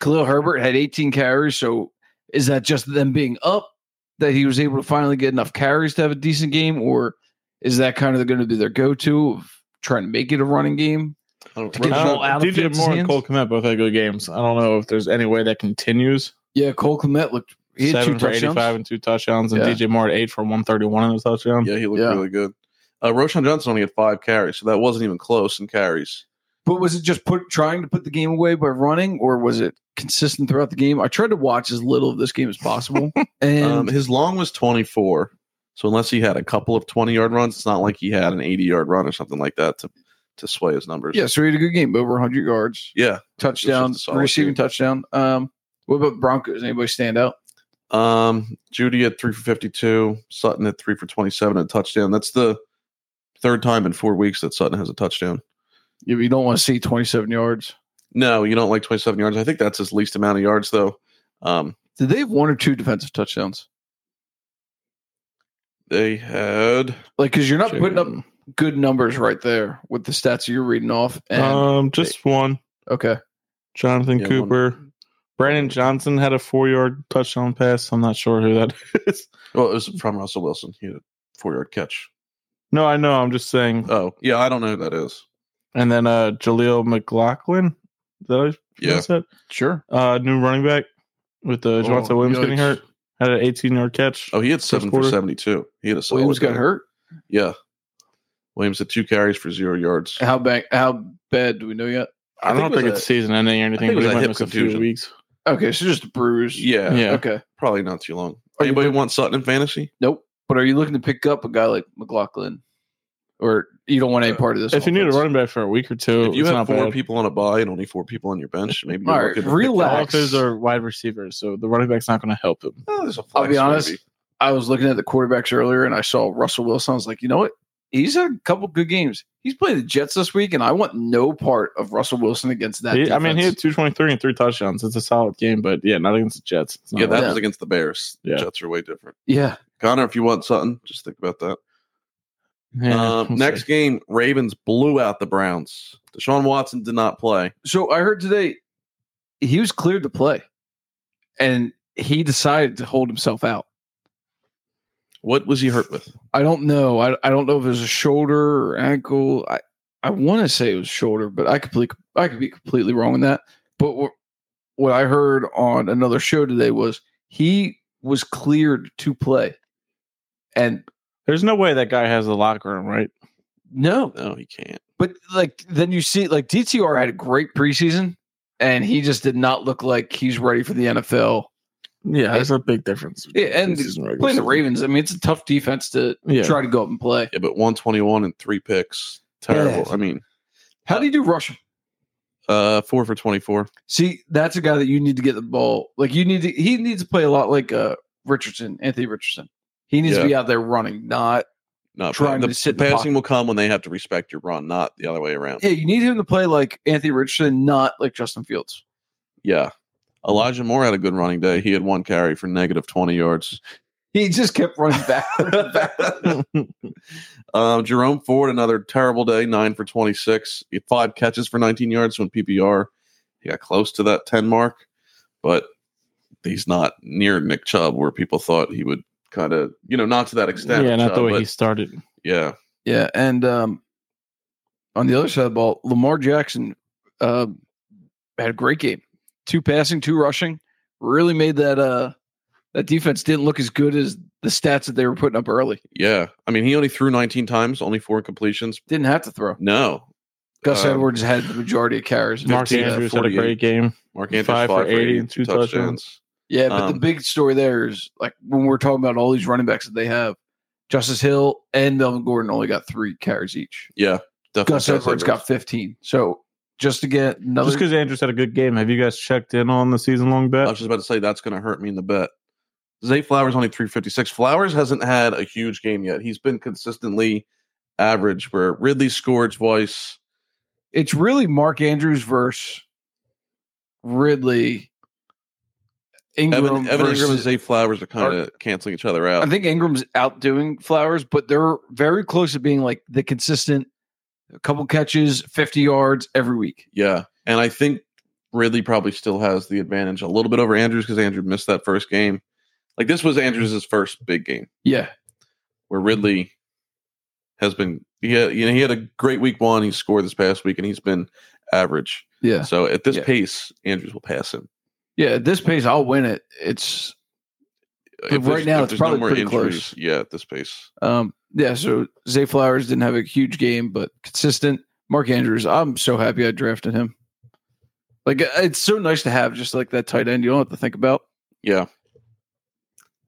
S3: Khalil Herbert had 18 carries. So is that just them being up that he was able to finally get enough carries to have a decent game? Or is that kind of going to be their go to of trying to make it a running game?
S1: I don't-
S3: To get
S2: I
S3: Well,
S2: don't-
S3: out of
S2: DJ
S3: Fields'
S2: Moore and
S3: hands?
S2: Cole Kmet both had good games. I don't know if there's any way that continues.
S3: Yeah, Cole Komet looked He had
S2: seven
S3: two
S2: for
S3: touchdowns.
S2: 85 and two touchdowns, and
S3: Yeah.
S2: DJ Moore at eight for 131 and a touchdown.
S1: Yeah, he looked
S3: Yeah.
S1: really good. Uh, Roshan Johnson only had five carries, so that wasn't even close in carries.
S3: But was it just put trying to put the game away by running, or was it consistent throughout the game? I tried to watch as little of this game as *laughs* possible, and
S1: Um, his long was 24. So unless he had a couple of 20 yard runs, it's not like he had an 80 yard run or something like that to, to sway his numbers.
S3: yeah, so he had a good game, over 100 yards,
S1: Yeah.
S3: touchdown,
S1: solid
S3: receiving
S1: game.
S3: touchdown. Um, what about Broncos? Anybody stand out?
S1: Um, Judy at three for 52, Sutton at three for 27 and a touchdown. That's the third time in four weeks that Sutton has a touchdown.
S3: You, you don't want to see 27 yards.
S1: No, you don't like 27 yards. I think that's his least amount of yards, though. Um,
S3: Did they have one or two defensive touchdowns?
S1: they had,
S3: Like, because you're not putting up
S2: Chicken.
S3: good numbers right there with the stats you're reading off. And
S2: um, just one.
S3: okay,
S2: Jonathan
S1: Yeah, one.
S2: Cooper. Brandon Johnson had a four yard touchdown pass. I'm not sure who that *laughs* is.
S1: well, it was
S3: Hmm.
S1: from Russell Wilson. He had a four yard catch.
S2: No, I know. I'm just saying.
S1: Oh, yeah. I don't know who that is.
S2: And then uh, Jaleel McLaughlin. Is that how you
S1: Yeah.
S2: pronounce that?
S3: sure.
S2: Uh, new running back with uh, Javante
S3: Oh,
S2: Williams getting
S3: yikes.
S2: hurt. Had an 18 yard catch.
S1: Oh, he had seven for
S2: quarter.
S1: 72. He had a solid
S3: Williams got
S1: day.
S3: hurt.
S1: Yeah. Williams had two carries for zero yards.
S3: How bad? How bad do we know yet?
S2: I, don't think
S1: it was
S2: it's season ending or anything,
S1: think
S2: but
S1: it was
S2: he
S1: a
S2: might
S1: hip
S2: miss a few
S1: contusion.
S2: weeks.
S3: Okay, so just a bruise.
S1: a- yeah,
S2: Yeah.
S3: Okay.
S1: probably not too long.
S3: Are you
S1: Anybody want Sutton in fantasy?
S3: Nope. But are you looking to pick up a guy like McLaughlin, or you don't want any
S1: Uh,
S3: part of this?
S2: If you need a
S3: offense?
S2: running back for a week or two,
S1: If you
S2: it's
S1: have
S2: not
S1: four
S2: bad.
S1: people on a bye and only four people on your
S3: *laughs*
S1: bench, maybe you're
S3: All right,
S1: looking to pick
S3: relax.
S2: All of those are wide receivers, so the running back's not going to help him.
S1: up- Oh, there's a
S3: I'll
S1: flex,
S3: be honest.
S1: maybe.
S3: I was looking at the quarterbacks earlier, and I saw Russell Wilson. I was like, you know what? He's had a couple good games. He's playing the Jets this week, and I want no part of Russell Wilson against that.
S2: He- I mean, he had
S3: defense.
S2: 223 and three touchdowns. It's a solid game, but yeah, not against the Jets. It's
S3: Oh,
S2: not
S1: Yeah, that
S2: bad.
S1: was against the Bears. The
S2: Yeah.
S1: Jets are way different.
S3: yeah.
S1: Connor, if you want Sutton, just think about that.
S2: Yeah,
S1: um,
S2: we'll
S1: next
S2: see.
S1: game, Ravens blew out the Browns. Deshaun Watson did not play.
S3: So I heard today he was cleared to play, and he decided to hold himself out.
S1: What was he hurt with?
S3: I don't know. I, I don't know if it was a shoulder or ankle. I I want to say it was shoulder, but I completely I could be completely wrong on that. But what what I heard on another show today was he was cleared to play, and
S2: There's no way that guy has the locker room, right?
S3: no,
S1: No, he can't.
S3: but like then you see like DTR had a great preseason, and he just did not look like he's ready for the NFL.
S2: Yeah,
S3: there's
S2: a big difference.
S3: Yeah, and playing the Ravens, I mean, it's a tough defense to
S2: Yeah.
S3: try to go up and play.
S1: Yeah, but 121 and three picks. Terrible.
S3: Yeah.
S1: I mean,
S3: How do you do rushing?
S1: uh, four for 24.
S3: See, that's a guy that you need to get the ball. Like you need to he needs to play a lot like uh Richardson, Anthony Richardson. He needs
S1: Yeah.
S3: to be out there running, not
S1: Not
S3: Trying
S1: the,
S3: to sit in
S1: the
S3: the
S1: passing
S3: pocket.
S1: will come when they have to respect your run, not the other way around.
S3: yeah, you need him to play like Anthony Richardson, not like Justin Fields.
S1: Yeah. Elijah Moore had a good running day. He had one carry for negative 20 yards.
S3: He just kept running *laughs* back.
S1: *laughs* um, Jerome Ford, another terrible day, nine for 26. He had five catches for 19 yards when PPR. He got close to that 10 mark, but he's not near Nick Chubb where people thought he would kind of, you know, not to that extent.
S2: yeah,
S1: of
S2: not
S1: Chubb,
S2: the way
S1: but
S2: he started.
S1: yeah.
S3: yeah, and um on the other side of the ball, Lamar Jackson uh, had a great game. Two passing, two rushing. Really made that uh that defense didn't look as good as the stats that they were putting up early.
S1: Yeah. I mean, he only threw 19 times, only four completions.
S3: Didn't have to throw.
S1: No.
S3: Gus
S1: Um,
S3: Edwards had the majority of carries.
S2: Mark
S1: 15 to
S2: Andrews had a
S1: 48.
S2: great game.
S1: Mark Andrews,
S2: Five for 80 and two touchdowns.
S3: Yeah, but the
S1: Um,
S3: big story there is like when we're talking about all these running backs that they have, Justice Hill and Melvin Gordon only got three carries each.
S1: Yeah. Definitely
S3: Gus Edwards, got 15. So just to get another,
S2: Just because Andrews had a good game, have you guys checked in on the season long
S1: I
S2: bet?
S1: was just about to say that's going to hurt me in the bet. Zay Flowers only 356. Flowers hasn't had a huge game yet. He's been consistently average where Ridley scored twice.
S3: it's really Mark Andrews versus Ridley. Ingram
S1: Evan, Evan Ingram and
S3: versus-
S1: Zay Flowers are kind of canceling each other out.
S3: I think Ingram's outdoing Flowers, but they're very close to being like the consistent, a couple catches, 50 yards every week.
S1: yeah. And I think Ridley probably still has the advantage a little bit over Andrews because Andrew missed that first game. Like this was Andrews' first big game
S3: Yeah. Mm-hmm.
S1: where Ridley has been he had, you know he had a great week one. He scored this past week and he's been average.
S3: Yeah.
S1: So at this
S3: Yeah.
S1: pace, Andrews will pass him.
S3: Yeah, at this pace, I'll win it. It's
S1: if
S3: right
S1: there's-
S3: now
S1: if
S3: it's
S1: there's
S3: probably pretty close.
S1: Yeah, at this pace.
S3: Um, yeah, so Zay Flowers didn't have a huge game, but consistent. Mark Andrews, I'm so happy I drafted him. Like uh, it's so nice to have just like that tight end you don't have to think about.
S1: Yeah.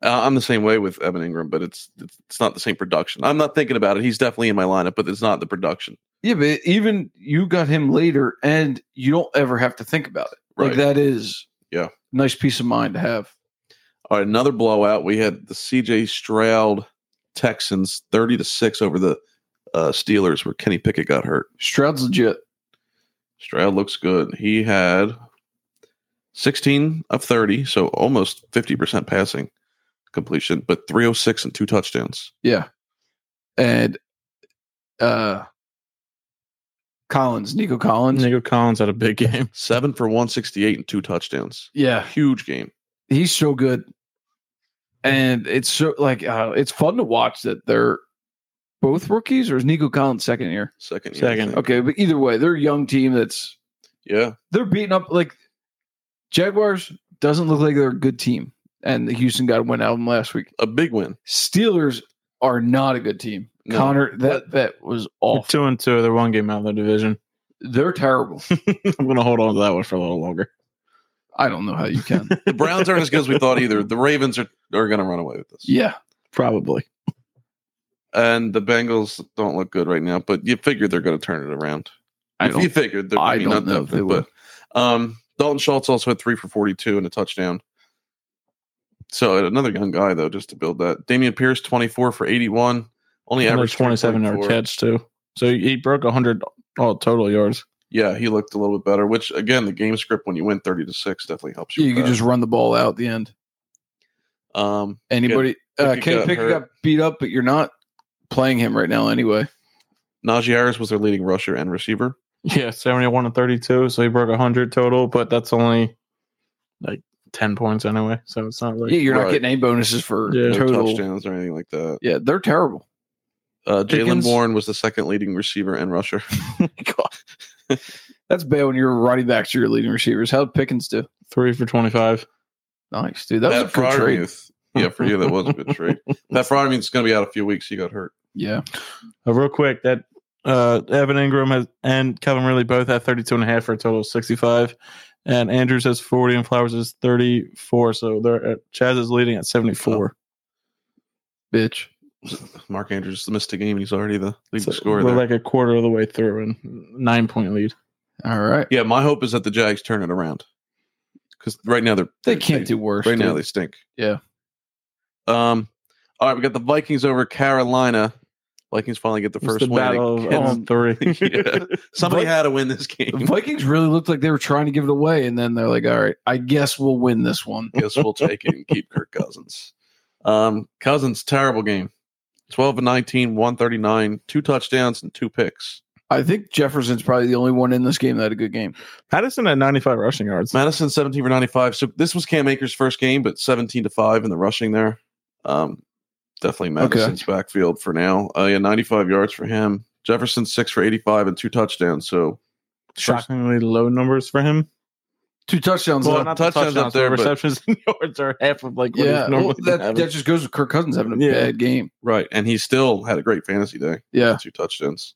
S1: Uh, I'm the same way with Evan Ingram, but it's it's not the same production. I'm not thinking about it. He's definitely in my lineup, but it's not the production.
S3: Yeah, but even you got him later and you don't ever have to think about it.
S1: Right.
S3: Like that is
S1: Yeah.
S3: nice peace of mind to have.
S1: All right, another blowout. We had the CJ Stroud Texans 30 to 6 over the uh, Steelers where Kenny Pickett got hurt.
S3: Stroud's legit.
S1: Stroud looks good. He had 16 of 30, so almost 50% passing completion, but 306 and two touchdowns.
S3: Yeah. And uh Collins, Nico Collins.
S2: Nico Collins had a
S1: *laughs*
S2: big game.
S1: Seven for 168 and two touchdowns.
S3: Yeah.
S1: Huge game.
S3: he's so good and it's so like uh, it's fun to watch that they're both rookies or is nico collins second year
S1: Second year. I
S2: Second.
S1: think.
S3: okay but either way they're a young team that's
S1: Yeah.
S3: they're beating up like jaguars doesn't look like they're a good team and the houston got a win album last week
S1: A big win.
S3: steelers are not a good team
S1: No.
S3: connor that that was
S2: They're
S1: Oh.
S3: awful
S2: two and two. They're one game out of the division. *laughs*
S1: *laughs*
S3: they're terrible
S2: I'm gonna hold on to that one for a little longer.
S3: i don't know how you can
S1: The Browns
S2: *laughs*
S1: aren't as good as we thought either. The Ravens are, are going to run away with this. *laughs*
S3: yeah
S2: Probably.
S1: And the Bengals don't look good right now, but you figure they're going to turn it around.
S3: i
S1: If you
S3: don't
S1: figured, they're,
S3: I
S1: I mean, not
S3: don't know if
S1: definitely,
S3: they would.
S1: but um, Dalton Schultz also had three for 42 and a touchdown. So another young guy though, just to build that. Damian Pierce, 24 for 81, only
S2: Another
S1: averaged
S2: 27 yard
S1: 3.4.
S2: catch too. So he broke 100 all total yards. *laughs*
S1: Yeah, he looked a little bit better. Which again, the game script when you win 30 to six definitely helps you.
S3: you
S1: with
S3: could
S1: that.
S3: just run the ball out at the end
S1: um,
S3: Anybody? Uh,
S1: Pickett
S3: Kenny
S1: got
S3: Pickett
S1: hurt.
S3: got beat up, but you're not playing him right now anyway.
S1: Najee Harris was their leading rusher and receiver.
S2: Yeah, 71 and 32. So he broke 100 total, but that's only like 10 points anyway. So it's not like
S3: Yeah, you're not
S1: Right.
S3: getting any bonuses for
S2: Yeah.
S1: No
S3: total.
S1: touchdowns or anything like that.
S3: Yeah, they're terrible.
S1: Uh, Jalen
S2: Pickens-
S1: Warren was the second leading receiver and rusher.
S3: God. That's bad when you're running back to your leading receivers. How'd Pickens do?
S2: three for 25.
S3: Nice, dude. That was a
S1: Pat
S3: good trade.
S1: Fryermuth. Yeah, for you that was
S3: *laughs*
S1: a good trade. That Fryermuth's going to be out a few weeks. He got hurt.
S3: Yeah.
S2: Uh, real quick, that uh, Evan Ingram has and Kevin Ridley both have 32 and a half for a total of 65. And Andrews has 40 and Flowers is 34. So they're at, Chaz is leading at
S1: Oh,
S2: 74.
S3: Bitch.
S1: Mark Andrews missed a game. He's already the leading
S2: So
S1: scorer
S2: we're
S1: there.
S2: like a quarter of the way through and nine point lead.
S3: All right.
S1: yeah, my hope is that the Jags turn it around because right now they're
S3: They can't do worse.
S1: right now
S3: dude.
S1: they stink.
S3: Yeah.
S1: Um. All right, we got the Vikings over Carolina. Vikings finally get the
S2: It's
S1: first
S2: the
S1: win. They
S2: battle of
S1: can't-
S2: um, three.
S1: *laughs* Yeah. Somebody
S3: Vi-
S1: had to win this
S3: the *laughs*
S1: game.
S3: Vikings really looked like they were trying to give it away, and then they're like, "All right, I guess we'll win this one."
S1: Guess we'll take it and keep Kirk Cousins. Um, Cousins terrible game. 12 and 19, 139, two touchdowns and two picks.
S3: I think Jefferson's probably the only one in this game that had a good game.
S2: *laughs* Patterson at 95 rushing yards.
S1: Madison 17 for 95. So this was Cam Akers' first game, but 17 to 5 in the rushing there. Um, definitely Madison's backfield for now. Uh, yeah, 95 yards for him. Jefferson 6 for 85 and two touchdowns. So
S2: Shockingly low numbers for him.
S3: Two touchdowns.
S1: Well,
S3: though.
S1: not touchdowns up there,
S2: but
S1: but-
S2: receptions and *laughs* yards are half of like
S3: yeah,
S2: what he's
S3: well,
S2: normally
S3: that,
S2: having.
S3: that just goes with Kirk Cousins having a
S2: Yeah.
S3: bad game.
S1: right, and he still had a great fantasy day.
S3: Yeah.
S1: Two touchdowns.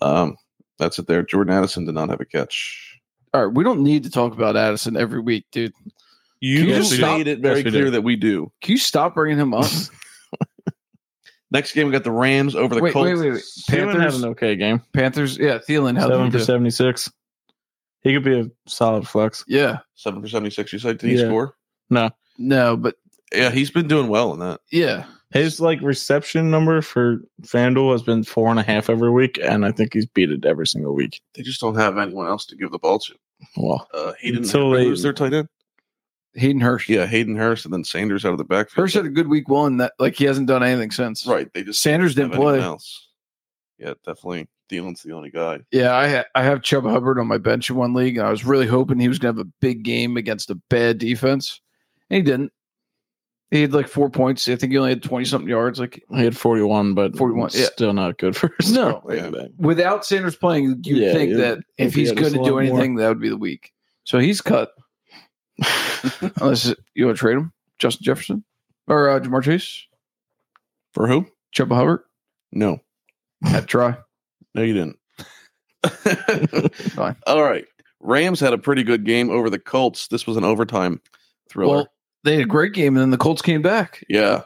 S1: Um, that's it there. Jordan Addison did not have a catch.
S3: All right, we don't need to talk about Addison every week, dude.
S1: You
S3: Yes,
S1: just
S3: we do.
S1: made it very
S2: Yes, we do.
S1: clear that we do.
S3: Can you stop bringing him up?
S1: Next game, we got the Rams over the
S3: Wait,
S1: Colts.
S3: wait, wait, wait.
S2: Thielen had
S3: Panthers,
S2: an okay game.
S3: Panthers. Yeah, Thielen. How
S2: Seven
S3: do
S2: for
S3: you do?
S2: 76. He could be a solid flex.
S3: Yeah,
S1: Seven for seventy-six. You said did he
S2: Yeah.
S1: score?
S3: no, but
S1: Yeah, he's been doing well in that.
S3: yeah,
S2: His like reception number for FanDuel has been four and a half every week, and I think he's beat it every single week.
S1: They just don't have anyone else to give the ball to.
S2: Well,
S1: Uh, Hayden
S2: Until they-
S1: who's their tight end?
S3: Hayden Hurst.
S1: Yeah, Hayden Hurst and then Sanders out of the backfield.
S3: Hurst had a good week one. That like he hasn't done anything since.
S1: right. They just
S3: Sanders
S1: don't
S3: didn't
S1: have anyone
S3: play.
S1: Else. Yeah, definitely. Thielen's the only guy.
S3: Yeah, I ha- I have Chubb Hubbard on my bench in one league, and I was really hoping he was gonna have a big game against a bad defense, and he didn't. He had like four points. I think he only had twenty something yards. Like
S2: he had 41, but
S3: 41, yeah.
S2: still not good for us.
S3: No.
S2: Like that.
S3: without Sanders playing, you
S2: Yeah,
S3: would think
S2: yeah.
S3: that if
S2: If he
S3: he's
S2: had us
S3: going
S2: a
S3: to
S2: lot
S3: do
S2: more.
S3: anything, that would be the
S2: *laughs*
S3: week. So he's cut. Unless you want to trade him, Justin Jefferson. or uh, Jamar Chase,
S1: For who?
S3: Chuba Hubbard.
S1: No,
S3: That try.
S1: no, you didn't.
S3: *laughs* Fine.
S1: *laughs* All right. Rams had a pretty good game over the Colts. This was an overtime thriller.
S3: Well, they had a great game, and then the Colts came back.
S1: yeah.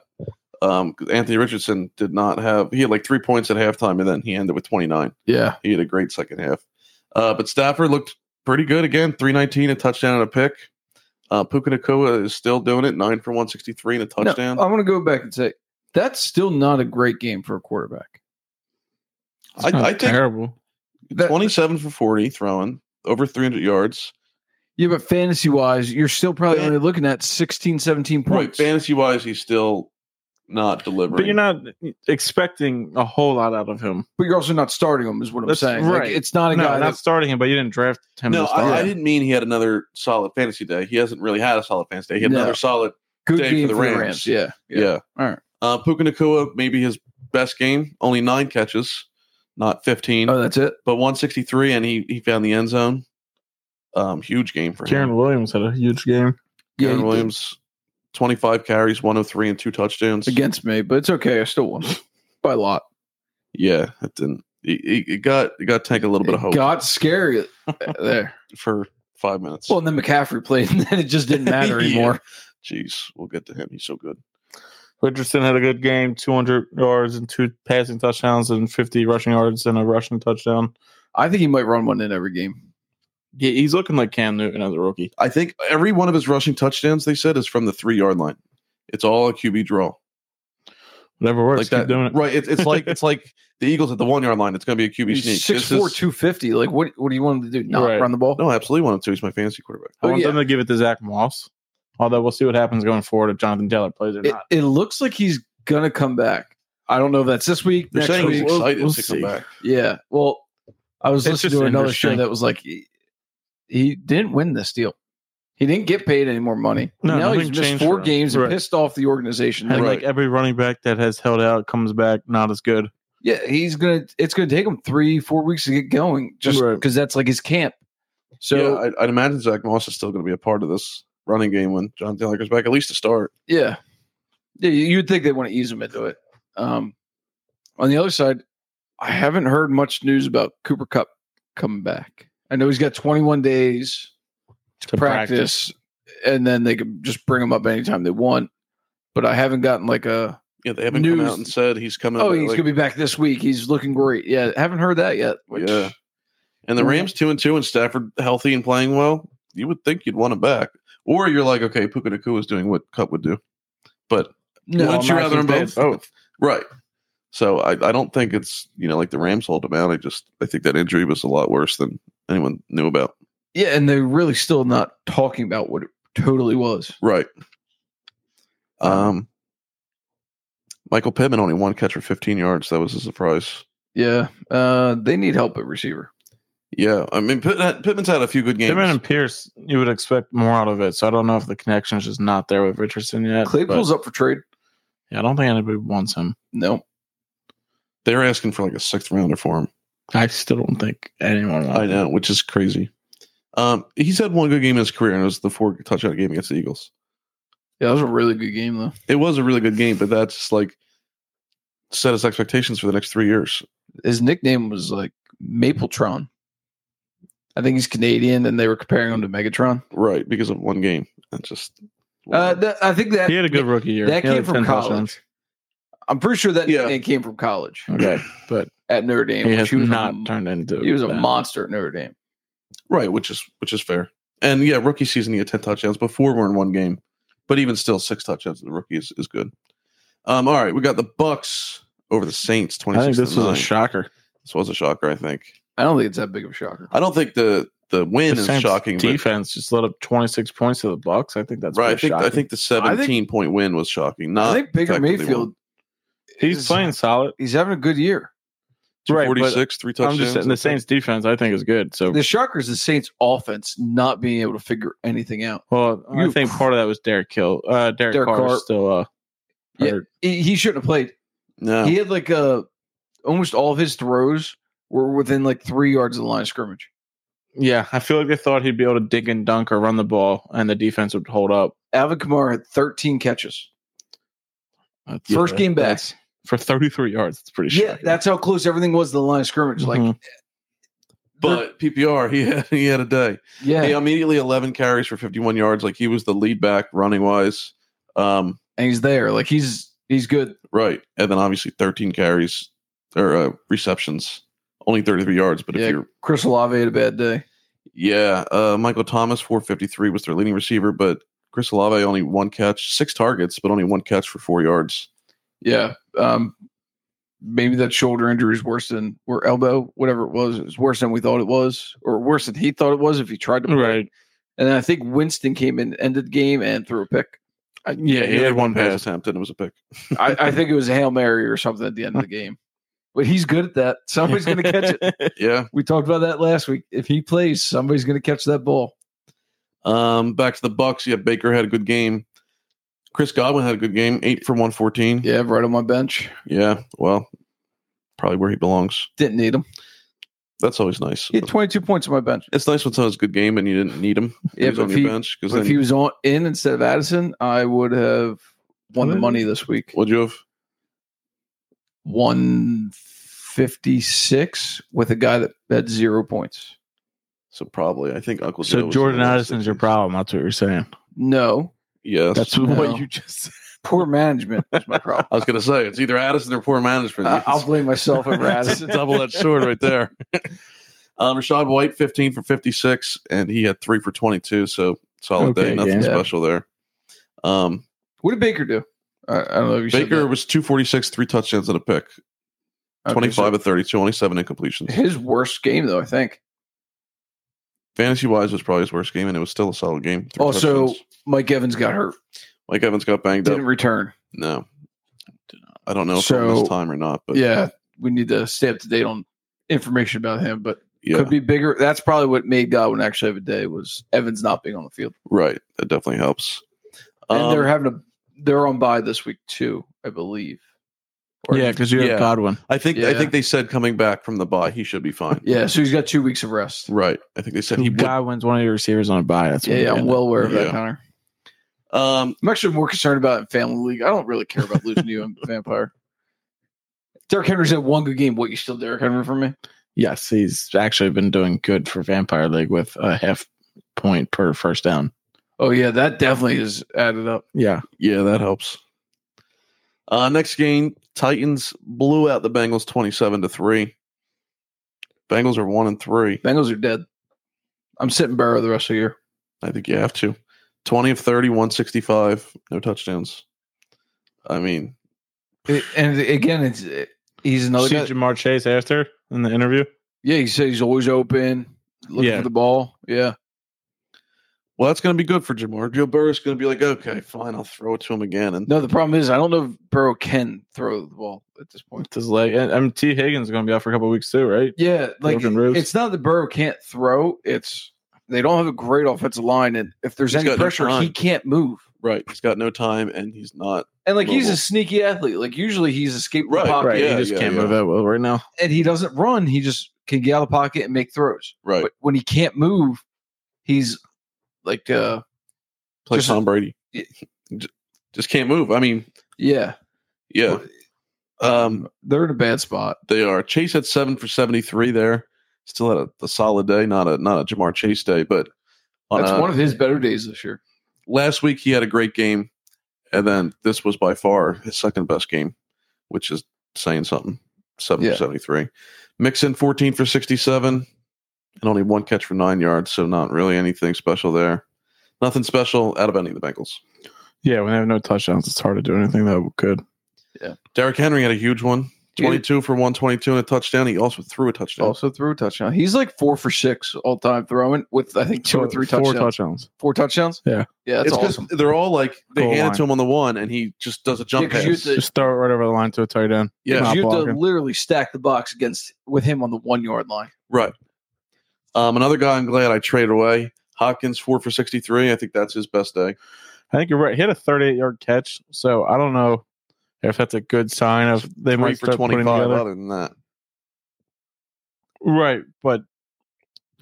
S1: Um, 'cause Anthony Richardson did not have, he had like three points at halftime and then he ended with 29.
S3: Yeah,
S1: He had a great second half. Uh, but Stafford looked pretty good again 319, a touchdown and a pick. Uh, Puka Nakua is still doing it, nine for 163 and a touchdown.
S2: oh,
S3: I want to go back and say that's still not a great game for a quarterback.
S1: I, I think
S2: terrible.
S3: That-
S1: 27 for 40 throwing over 300 yards.
S3: Yeah, but fantasy wise, you're still probably
S1: Fan-
S3: only looking at 16, 17
S1: Right,
S3: points.
S1: fantasy wise, he's still not delivering.
S2: But you're not expecting a whole lot out of him.
S3: but you're also not starting him, is what I'm
S2: That's
S3: saying. Like,
S2: right.
S3: it's not a
S2: No,
S3: guy.
S2: not
S3: That's
S2: starting him, but you didn't draft him.
S1: No,
S2: to start.
S1: I, I didn't mean he had another solid fantasy day. He hasn't really had a solid fantasy day. He had
S3: No.
S1: another solid,
S3: good
S1: day for
S3: game
S1: the
S3: for the Rams.
S1: Rams.
S3: Yeah,
S1: yeah.
S3: All right.
S1: Uh, Puka Nakua, maybe his best game, only nine catches, not 15,
S3: Oh, that's it.
S1: but 163, and he he found the end zone. Um, huge game for him.
S2: Karen Williams had a huge game.
S3: Yeah,
S1: Kyren
S3: he did.
S1: Williams, 25 carries, 103, and two touchdowns.
S3: against me, but it's okay. I still won *laughs* by a lot.
S1: Yeah, it didn't. It, it- it got it got Tank a little bit of hope
S3: It got scary *laughs* there.
S1: for five minutes.
S3: Well, and then McCaffrey played, *laughs* and then it just
S1: *laughs*
S3: didn't matter
S1: Yeah.
S3: anymore.
S1: Jeez, we'll get to him. He's so good.
S2: Richardson had a good game, 200 yards and two passing touchdowns and 50 rushing yards and a rushing touchdown.
S3: I think he might run one in every game.
S2: Yeah, he's looking like Cam Newton as a rookie.
S1: I think every one of his rushing touchdowns, they said, is from the three yard line. It's all a QB draw.
S2: Whatever works, keep doing it.
S1: Right. It's, it's like it's like the Eagles at the one yard line. It's going to be a QB
S3: He's
S1: sneak.
S3: 6'4",
S1: This is-
S3: 250. Like, what, what do you want him to do? Not
S2: Right.
S3: run the ball?
S1: No, I absolutely want him to. He's my fantasy quarterback.
S2: I
S3: Oh,
S2: want
S3: yeah.
S2: them to give it to Zach Moss. Although we'll see what happens going forward if Jonathan Taylor plays or
S3: It,
S2: not.
S3: it looks like he's going to come back. I don't know if that's this week,
S1: They're
S3: next
S1: saying he's
S3: week.
S2: we'll-
S1: excited
S2: we'll
S1: to come
S2: see.
S1: back.
S3: yeah. Well, I was
S2: It's
S3: listening
S2: just
S3: to another show
S2: interesting.
S3: that was like, he, he didn't win this deal. He didn't get paid any more money.
S2: No,
S3: now he's
S2: nothing
S3: missed
S2: changed
S3: four
S2: for him.
S3: games
S2: Right.
S3: and pissed off the organization.
S2: And
S3: Like,
S1: Right.
S2: like every running back that has held out comes back not as good.
S3: Yeah, he's gonna. It's gonna take him three, four weeks to get going, just
S2: Right.
S3: because that's like his camp.
S1: So
S3: So
S1: yeah, I, I'd imagine Zach Moss is still going to be a part of this running game when John Taylor goes back, at least to start.
S3: yeah, yeah. you- You'd think they want to ease him into it. Um, on the other side, I haven't heard much news about Cooper Cup coming back. I know he's got 21 days to,
S2: To
S3: practice, and then they can just bring him up anytime they want. But I haven't gotten like a
S1: Yeah, they haven't come
S3: News-
S1: out and said he's coming.
S3: oh
S1: back,
S3: he's
S1: like-
S3: gonna be back this week. He's looking great. Yeah, haven't heard that yet. Which,
S1: Yeah. and the Rams two and two and Stafford healthy and playing well. You would think you'd want him back, or you're like, okay, Puka Nakua is doing what Cup would do, but
S3: No,
S1: wouldn't you
S2: I'm
S1: rather him
S2: actually
S1: both? both? Right. So I, I don't think it's you know like the Rams hold him out. I just I think that injury was a lot worse than anyone knew about.
S3: Yeah, and they're really still not talking about what it totally was.
S1: Right. Um. Michael Pittman only one catch for 15 yards. That was a surprise.
S3: Yeah, uh, they need help at receiver.
S1: Yeah, I mean Pitt, Pittman's had a few good games.
S2: Pittman and Pierce, you would expect more out of it. So I don't know if the connection is just not there with Richardson yet.
S3: Claypool's
S2: but-
S3: up for trade.
S2: yeah, I don't think anybody wants him.
S3: No,
S1: They're asking for like a sixth rounder for him.
S2: I still don't think anyone wants
S1: I know, which is crazy. Um, he's had one good game in his career, and it was the four touchdown game against the Eagles.
S3: yeah, that was a really good game though.
S1: It was a really good game, but that's like set his expectations for the next three years.
S3: His nickname was like Mapletron. I think he's Canadian, and they were comparing him to Megatron.
S1: Right, because of one game. That's just
S3: Uh, that, I think that
S2: He had a good rookie year.
S3: that
S2: He had
S3: came
S2: like
S3: from
S2: 10
S3: college.
S2: touchdowns.
S3: I'm pretty sure that
S1: Yeah.
S3: nickname came from college
S2: *clears throat* Okay, but
S3: at Notre Dame.
S2: he
S3: which
S2: has
S3: was a-
S2: not turned into.
S3: He was a
S2: that.
S3: monster at Notre Dame.
S1: right, which is which is fair. And yeah, rookie season he had ten touchdowns, but four were in one game. But even still, six touchdowns as a rookie is, is good. Um, all right, we got the Bucks over the Saints. Twenty
S2: I think
S1: six.
S2: this was a
S1: shocker.
S2: shocker.
S1: This was a shocker. I think.
S3: I don't think it's that big of a shocker.
S1: I don't think the the win
S2: The
S1: is
S2: Saints
S1: shocking. but-
S2: Defense just let up 26 points to the Bucks. I think that's
S1: right, I
S2: pretty
S1: think I
S2: shocking.
S1: think the seventeen point win was shocking. Not
S3: I think Baker
S1: technically
S3: Mayfield.
S1: won.
S2: he's
S3: is-
S2: playing solid.
S3: He's having a good year.
S2: Right, but
S1: 246, three touchdowns.
S2: I'm just saying the Saints defense. I think is good. So
S3: The shocker is the Saints' offense not being able to figure anything out.
S2: well, I
S3: You-
S2: think part of that was Derek Kill. Uh, Derek,
S3: Derek
S2: Carr,
S3: Carr.
S2: is still uh,
S3: Yeah.
S2: hurt.
S3: He, he shouldn't have played.
S1: No,
S3: He had like a almost all of his throws were within like three yards of the line of scrimmage.
S2: yeah. I feel like they thought he'd be able to dig and dunk or run the ball, and the defense would hold up.
S3: Alvin Kamara had 13 catches.
S1: That's-
S3: First game back.
S1: that's- for 33 yards. It's pretty
S3: Yeah,
S1: shocking.
S3: that's how close everything was to the line of scrimmage. Like,
S2: Mhm.
S1: but PPR, he had, he had a day.
S3: yeah,
S1: He immediately 11 carries for 51 yards. Like he was the lead back running wise. Um,
S3: and he's there. Like he's he's good.
S1: right. And then obviously 13 carries or uh, receptions, only 33 yards. But
S3: Yeah.
S1: if you're,
S3: Chris Olave had a bad day.
S1: yeah, uh, Michael Thomas, 453 was their leading receiver, but Chris Olave only one catch, six targets, but only one catch for four yards.
S3: Yeah. Um, maybe that shoulder injury is worse than or elbow, whatever it was, it was worse than we thought it was, or worse than he thought it was if he tried to play.
S2: Right.
S3: And then I think Winston came in, ended the game, and threw a pick.
S2: yeah, he had one
S1: pass
S2: pass.
S1: attempt and it was a pick.
S3: I, I think it was a hail mary or something at the end of the game. But he's good at that. Somebody's going to catch *laughs* it.
S1: Yeah.
S3: We talked about that last week. If he plays, somebody's going to catch that ball.
S1: Um, back to the Bucks. Yeah, Baker had a good game. Chris Godwin had a good game, eight for 114.
S3: Yeah, right on my bench.
S1: Yeah, well, probably where he belongs.
S3: Didn't need him.
S1: That's always nice.
S3: He had 22 points on my bench.
S1: It's nice when someone's a good game and you didn't need him.
S3: Yeah,
S1: he was
S3: but
S1: on
S3: if
S1: your
S3: he-
S1: bench because
S3: But
S1: then
S3: if he was on in instead of Addison, I would have won the money this week.
S1: would you have?
S3: 156 with a guy that had zero points.
S1: So probably, I think Uncle. Joe
S2: So
S1: was
S2: Jordan
S1: in the
S2: Addison's your
S1: 60s.
S2: problem. That's what you're saying.
S3: No,
S1: Yes,
S2: That's
S3: No.
S2: what you just said.
S3: poor management is my *laughs* problem.
S1: *laughs* I was gonna say it's either Addison or poor management.
S3: I-
S1: *laughs*
S3: I'll blame myself over
S1: It's a
S3: *laughs* Addison.
S1: double-edged sword right there. *laughs* um, Rashad White, fifteen for fifty-six, and he had three for twenty-two. So solid
S2: Okay,
S1: day, nothing
S3: yeah.
S1: special there. Um,
S3: What did Baker do? I, I don't know. If you said
S1: Baker
S3: that.
S1: was two forty-six, three touchdowns and a pick,
S3: Okay,
S1: twenty-five of thirty-two, only seven incompletions.
S3: so *laughs* his worst game though, I think.
S1: fantasy wise was probably his worst game, and it was still a solid game. Three
S3: Also-
S1: touchdowns.
S3: Mike Evans got hurt,
S1: Mike Evans got banged
S3: didn't
S1: up.
S3: return.
S1: No, I don't know if
S3: So-
S1: he'll miss time or not, but
S3: yeah, we need to stay up to date on information about him, but
S1: yeah,
S3: could be bigger. That's probably what made Godwin actually have a day was Evans not being on the field,
S1: right. That definitely helps.
S3: and
S1: Um,
S3: they're having a they're on bye this week too, I believe. Or-
S2: Yeah, because you
S1: Yeah.
S2: have Godwin.
S1: I think I
S3: yeah.
S1: think they said coming back from the bye, he should be fine.
S3: Yeah, so he's got two weeks of rest.
S1: Right. I think they said he
S2: He
S1: would.
S2: Godwin's one of your receivers on a bye. That's
S3: Yeah, yeah, I'm well aware of
S1: Yeah.
S3: that, Connor.
S1: Um,
S3: I'm actually more concerned about it in family league. I don't really care about losing to you in vampire. Derrick Henry's had one good game. What you still Derrick Henry for me?
S2: Yes, he's actually been doing good for Vampire League with a half point per first down.
S3: Oh yeah, that definitely is added up.
S2: Yeah.
S1: yeah, that helps. Uh, next game, Titans blew out the Bengals twenty-seven to three. Bengals are one and three.
S3: Bengals are dead. I'm sitting Burrow the rest of the year.
S1: I think you have to. 20 of 30, 165, no touchdowns. I mean,
S3: It- and again, it's it- he's another
S2: See
S3: guy.
S2: Jamar Chase after in the interview?
S3: Yeah, he said he's always open, looking
S2: Yeah.
S3: for the ball. Yeah,
S1: well, that's going to be good for Jamar. Joe Burrow's going to be like, okay, fine, I'll throw it to him again. And
S3: no, the problem is I don't know if Burrow can throw the ball at this point.
S2: With his leg. And, I mean, T. Higgins is going to be out for a couple weeks too, right?
S3: Yeah, like
S2: Broken ribs.
S3: it's not that Burrow can't throw. It's they don't have a great offensive line, and if there's
S1: He's got
S3: any
S1: no
S3: pressure, he
S1: time.
S3: can't move.
S1: right, he's got no time and he's not.
S3: And like he's a
S1: Mobile.
S3: sneaky athlete. Like usually he's escaped from the
S1: Right,
S3: pocket,
S2: Right.
S1: Yeah,
S2: he just
S1: yeah,
S2: can't
S1: yeah.
S2: move that well right now.
S3: and he doesn't run. He just can get out of the pocket and make throws.
S1: Right.
S3: But when he can't move, he's like, uh,
S1: Play
S3: just-
S1: Tom Brady.
S3: Yeah.
S1: J- Just can't move. I mean,
S3: yeah,
S1: yeah. Um,
S3: they're in a bad spot.
S1: they are. Chase had seven for 73 there. Still had a, a solid day, not a not a Jamar Chase day, but on
S3: That's
S1: a-
S3: one of his better days this year.
S1: last week he had a great game, and then this was by far his second best game, which is saying something. Seven
S3: Yeah.
S1: for seventy three. Mixon fourteen for sixty seven, and only one catch for nine yards. So not really anything special there. Nothing special out of any of the Bengals.
S2: Yeah, when they have no touchdowns, it's hard to do anything that good.
S1: Derrick Henry had a huge one.
S3: He
S1: Twenty two for one twenty two and a touchdown. He also threw a touchdown.
S3: Also threw a touchdown. He's like four for six all time throwing with I think two or three touchdowns.
S2: Four touchdowns.
S3: four touchdowns.
S2: Yeah.
S3: yeah, that's
S1: It's 'cause
S3: awesome.
S1: They're all like they
S2: Goal
S1: hand
S2: line.
S1: it to him on the one, and he just does a jump
S3: Yeah, 'cause you
S1: pass.
S3: have to-
S2: Just throw it right over the line to a tight end.
S1: yeah,
S2: Not
S3: you have to
S2: blocking.
S3: literally stack the box against with him on the one yard line.
S1: Right. Um, another guy I'm glad I traded away. Hopkins four for sixty three. I think that's his best day.
S2: I think you're right. He had a 38 yard catch. So I don't know if that's a good sign of they
S1: Three
S2: might
S1: for
S2: start
S1: twenty
S2: putting
S1: five.
S2: together.
S1: Other than that,
S2: Right, but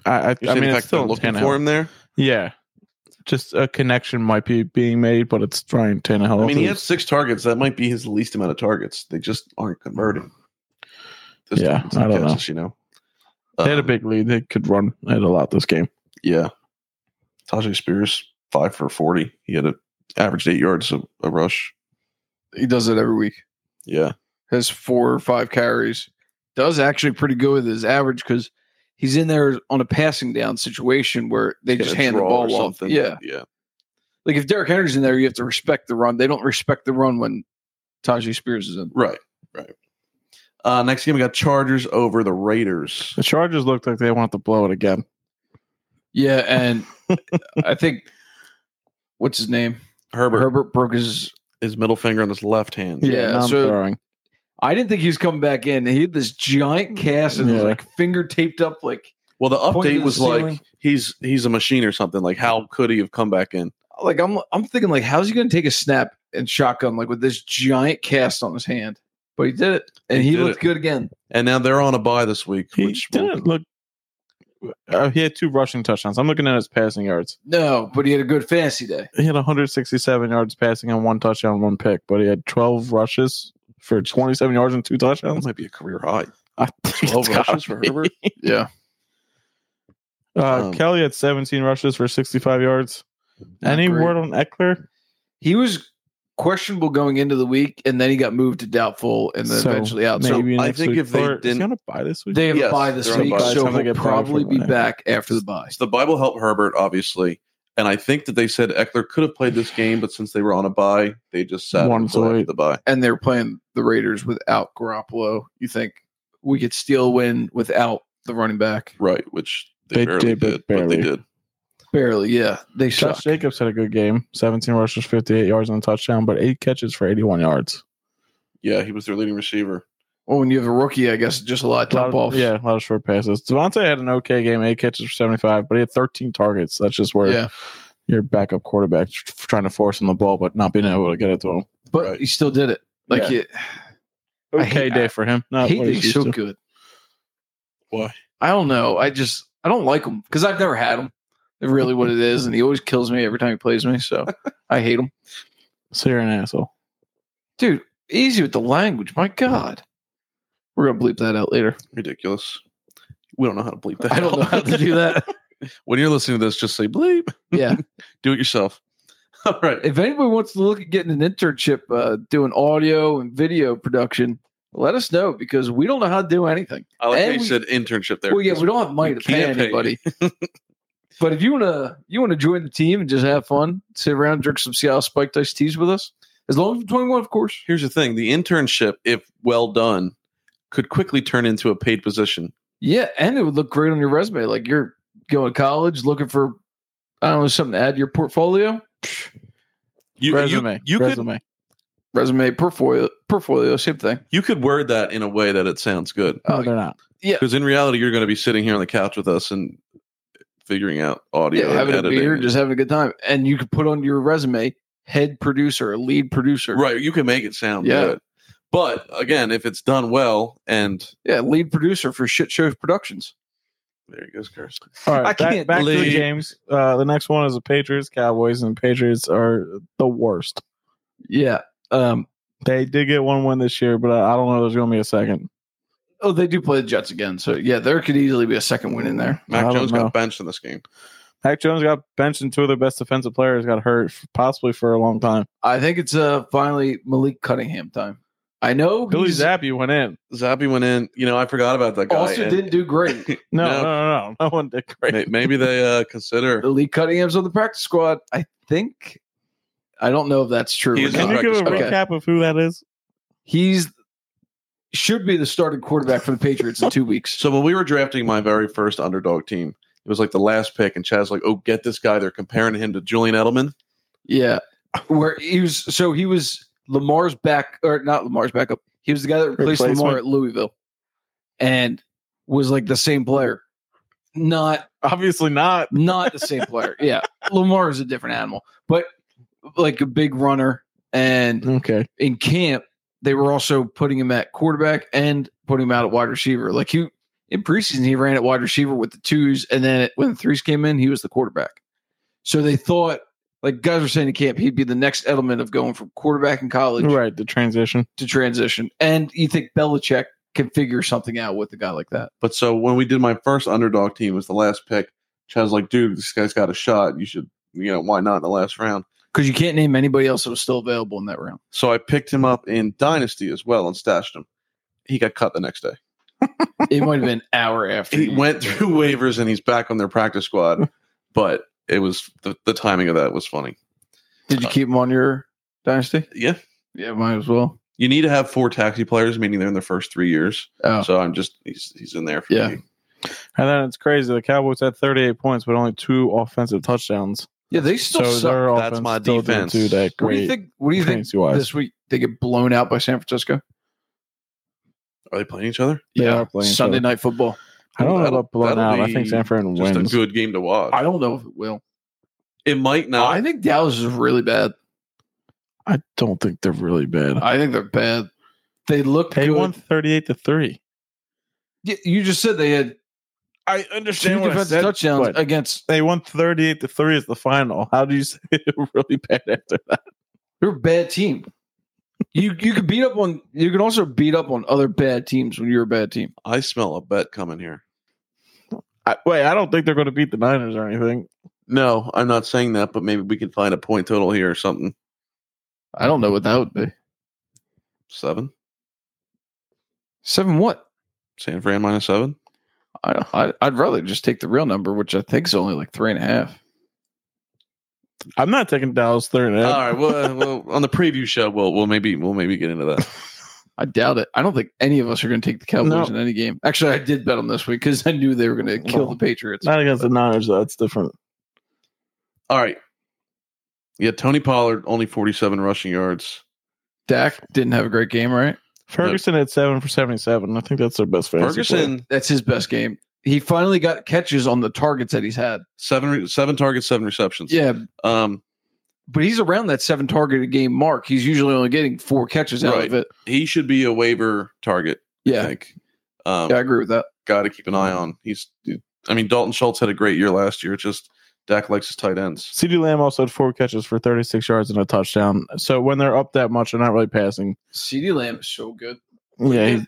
S2: I, I,
S1: you're
S2: I
S1: saying the
S2: mean,
S1: fact
S2: it's
S1: they're
S2: still
S1: looking
S2: Tannehill.
S1: for him there.
S2: Yeah, just a connection might be being made, but it's trying Tannehill.
S1: I mean, he had
S2: is-
S1: six targets. That might be his least amount of targets. They just aren't converting.
S2: Yeah,
S1: time, some
S2: I don't know.
S1: catches, You know,
S2: they had a
S1: Um,
S2: big lead. They could run it a lot this game.
S1: Yeah, Tajay Spears five for forty. He had a averaged eight yards a, a rush.
S3: He does it every week.
S1: Yeah,
S3: Has four or five carries. Does actually pretty good with his average because he's in there on a passing down situation where they
S1: Get
S3: just
S1: a
S3: hand the
S1: draw or
S3: ball off.
S1: something.
S3: Yeah.
S1: yeah.
S3: Like if Derrick Henry's in there, you have to respect the run. They don't respect the run when Tajay Spears is in.
S1: Right, right. Uh, next game, we got Chargers over the Raiders.
S2: The Chargers looked like they want to blow it again.
S3: Yeah, and *laughs* I think what's his name?
S1: Herbert,
S3: Herbert broke his
S1: his middle finger on his left hand.
S3: Yeah,
S2: now I'm
S3: so-
S2: throwing.
S3: I didn't think he was coming back in. He had this giant cast and
S2: Yeah.
S3: like finger taped up like
S1: Well, the
S3: Pointing to
S1: update
S3: the
S1: was
S3: ceiling.
S1: like he's he's a machine or something. Like, how could he have come back in?
S3: like I'm I'm thinking like how's he gonna take a snap and shotgun like with this giant cast on his hand? But he did it and
S1: He
S3: he,
S1: did
S3: looked
S1: it.
S3: good again.
S1: And now they're on a bye this week.
S2: He
S1: which will-
S2: didn't look. Uh, he had two rushing touchdowns. I'm looking at his passing yards.
S3: No, but he had a good fantasy day.
S2: He had 167 yards passing and one touchdown, one pick, but he had 12 rushes for 27 yards and two
S1: that
S2: touchdowns.
S1: might be a career high.
S2: *laughs* I think
S1: Twelve
S2: it's gotta
S1: rushes for
S2: be.
S1: Herbert.
S3: Yeah.
S2: Uh,
S1: Um,
S2: Kelly had 17 rushes for 65 yards. Any
S3: great.
S2: word on Eckler?
S3: He was questionable going into the week and then he got moved to doubtful and then
S2: So,
S3: eventually out. So
S1: I think
S2: week.
S1: if they
S2: Or is he
S1: didn't-
S2: on a bye this week.
S3: they have
S1: Yes,
S3: a bye this
S1: they're on a
S3: week,
S1: bye.
S3: so
S2: Sounds like
S3: he'll
S2: a bye for
S3: probably be
S2: Monday.
S3: back after the bye.
S1: So the Bible helped Herbert, obviously. And I think that they said Eckler could have played this game, but since they were on a bye, they just sat
S2: Wanted
S1: until
S2: to
S1: after
S2: wait.
S1: the bye.
S3: and they're playing the Raiders without Garoppolo, you think we could still win without the running back?
S1: Right, which they,
S2: They
S1: barely did,
S2: did,
S1: but
S2: but
S1: they
S2: barely.
S1: did.
S3: Barely, yeah. They suck.
S2: Josh Jacobs had a good game 17 rushes, 58 yards on a touchdown, but eight catches for 81 yards.
S1: Yeah, he was their leading receiver.
S3: Oh, when you have a rookie, I guess just a lot of
S2: A lot
S3: dump
S2: of-
S3: off.
S2: Yeah, a lot of short passes. Devontae had an okay game, eight catches for 75, but he had 13 targets. That's just where
S3: yeah.
S2: your backup quarterback tr- trying to force him the ball, but not being able to get it to him.
S3: But
S1: Right.
S3: he still did it. Like
S2: Yeah.
S3: it, I
S2: Okay
S3: hate-
S2: day for him. Not
S3: he
S2: what he's
S3: did
S2: used
S3: so
S2: to.
S3: good.
S1: Why?
S3: I don't know. I just I don't like him because I've never had him. Really, what it is, and he always kills me every time he plays me.
S1: *laughs*
S3: So I hate him,
S2: So you're an asshole.
S3: dude. Easy with the language. My God, we're gonna bleep that out later.
S1: Ridiculous. We don't know how to bleep that.
S3: I don't know
S1: out.
S3: how to do that.
S1: *laughs* when you're listening to this, just say bleep.
S3: Yeah,
S1: Do it yourself. *laughs* All right.
S3: if anybody wants to look at getting an internship uh, doing audio and video production, let us know because we don't know how to do anything.
S1: I like how
S3: and
S1: you
S3: we-
S1: said internship there.
S3: Well, yeah, we don't have money
S1: We
S3: to pay
S1: can't pay
S3: anybody. but if you wanna you wanna join the team and just have fun, sit around, drink some Seattle spiked iced teas with us, as long as you're 21, of course.
S1: Here's the thing the internship, if well done, could quickly turn into a paid position.
S3: Yeah, and it would look great on your resume. Like you're going to college looking for I don't know something to add to your portfolio,
S1: You,
S2: resume.
S1: You, you, could,
S2: resume.
S3: resume, portfolio, portfolio, same thing.
S1: you could word that in a way that it sounds good.
S2: No,
S3: Oh,
S2: they're not.
S1: Because in reality, you're going to be sitting here on the couch with us and figuring out audio.
S3: yeah, having a
S1: and editing.
S3: beer, just having a good time, and you could put on your resume head producer, lead producer,
S1: right. You can make it sound
S3: Yeah.
S1: good. But again, if it's done well, and
S3: Yeah, lead producer for Shit Shows Productions.
S1: there he goes, curse.
S2: All right,
S1: I
S2: back,
S1: can't
S2: back to the
S1: believe-
S2: games. Uh, the next one is the Patriots Cowboys, and the Patriots are the worst.
S3: Yeah. Um.
S2: They did get one win this year, but I, I don't know. if There's going to be a second.
S3: Oh, they do play the Jets again, so yeah, there could easily be a second win in there.
S2: I
S1: Mac
S2: don't
S1: Jones
S2: know.
S1: got benched in this game.
S2: Mac Jones got benched, and two of their best defensive players got hurt, f- possibly for a long time.
S3: I think it's uh finally Malik Cunningham time. I know
S2: Billy
S3: he's-
S2: Zappi went in.
S1: Zappy went in. You know, I forgot about that guy.
S3: also
S1: and
S3: didn't do great.
S2: No,
S1: No.
S2: no, no, no. No one did great.
S1: may- Maybe they uh, consider.
S3: Malik Cunningham's on the practice squad. I think. I don't know if that's true.
S1: He
S3: or
S1: is
S2: Can
S1: on
S3: not.
S2: you give a
S1: practice
S2: recap of who that is?
S3: He's should be the starting quarterback for the Patriots in two weeks.
S1: So when we were drafting my very first underdog team, it was like the last pick, and Chad's like, "Oh, get this guy." They're comparing him to Julian Edelman.
S3: Yeah. Where he was so he was Lamar's back or not Lamar's backup. He was the guy that replaced Lamar
S2: Replacement.
S3: at Louisville and was like the same player. Not
S2: Obviously not.
S3: not the same player. Yeah. Lamar is a different animal, but like a big runner and
S2: Okay.
S3: in camp they were also putting him at quarterback and putting him out at wide receiver. Like he in preseason he ran at wide receiver with the twos and then when the threes came in he was the quarterback. So they thought, like guys were saying in camp, he'd be the next element of going from quarterback in college
S2: Right, the transition.
S3: to transition. And you think Belichick can figure something out with a guy like that?
S1: But so when we did my first underdog team was the last pick. Chad's like, dude, this guy's got a shot. You should, you know, why not in the last round?
S3: Because you can't name anybody else that was still available in that round.
S1: So I picked him up in Dynasty as well and stashed him. He got cut the next day.
S3: It might have been an hour after.
S1: He
S3: you-
S1: went through *laughs* waivers and he's back on their practice
S3: *laughs*
S1: squad. But it was the, the timing of that was funny.
S3: Did you keep him on your dynasty?
S1: Yeah.
S3: Yeah, might as well.
S1: You need to have four taxi players, meaning they're in their first three years.
S3: Oh.
S1: So I'm just he's he's in there for
S3: Yeah.
S1: me.
S2: And then it's crazy. The Cowboys had 38 points, but only two offensive touchdowns.
S3: yeah, they still
S2: so
S3: suck.
S2: their
S1: That's
S2: offense
S1: my
S2: still
S1: defense.
S2: didn't do that
S3: What do
S2: great.
S3: you think? What do you think
S2: fantasy-wise.
S3: this week? They get blown out by San Francisco.
S1: Are they playing each other?
S2: They are playing each
S3: Sunday
S2: other.
S3: nill football.
S2: I don't know
S1: That'll-
S2: about blown
S1: that'll
S2: out. I think
S1: be
S2: San Fran
S1: Just
S2: wins.
S1: a good game to watch.
S3: I don't know if it will.
S1: it might not.
S3: I think Dallas is really bad.
S2: I don't think they're really bad.
S3: I think they're bad. They look
S2: They
S3: good.
S2: won 38 to 3.
S3: Y- You just said they had
S2: I
S3: two
S2: understand
S3: defensive touchdowns against.
S2: They won 38 to 3 as the final. How do you *laughs* say it really bad after that?
S3: They're a bad team. You you can beat up on. You can also beat up on other bad teams when you're a bad team.
S1: I smell a bet coming here.
S2: I, wait, I don't think they're going to beat the Niners or anything.
S1: No, I'm not saying that, but maybe we can find a point total here or something.
S3: I don't know what that would be.
S1: Seven?
S3: Seven what?
S1: San Fran minus seven?
S3: I, I I'd rather just take the real number, which I think is only like three and a half.
S2: I'm not taking Dallas 3 and a
S1: All
S2: half.
S1: right. Well, uh, well, on the preview show, we'll we'll maybe we'll maybe get into
S3: *laughs*
S1: that.
S3: I doubt it. I don't think any of us are going to take the Cowboys in
S2: No.
S3: any game. Actually, I did bet on this week because I knew they were going to kill the Patriots.
S2: Not against the Niners, though. That's different.
S1: All right. Yeah, Tony Pollard only 47 rushing yards.
S3: Dak didn't have a great game, right?
S2: Ferguson had seven for seventy-seven. I think that's their best fantasy. player.
S1: Ferguson
S3: That's his best game. He finally got catches on the targets that he's had.
S1: seven re- seven targets, seven receptions.
S3: Yeah,
S1: Um,
S3: but he's around that seven targeted game mark. He's usually only getting four catches out
S1: Right.
S3: of it.
S1: he should be a waiver target. I
S3: Yeah,
S1: think. Um,
S3: yeah, I agree with that.
S1: got to keep an
S3: Mm-hmm.
S1: eye on. He's. I mean, Dalton Schultz had a great year last year. It's just Dak likes his tight ends.
S2: CeeDee Lamb also had four catches for thirty-six yards and a touchdown. So when they're up that much, they're not really passing.
S3: CD Lamb is so good.
S2: Yeah, he's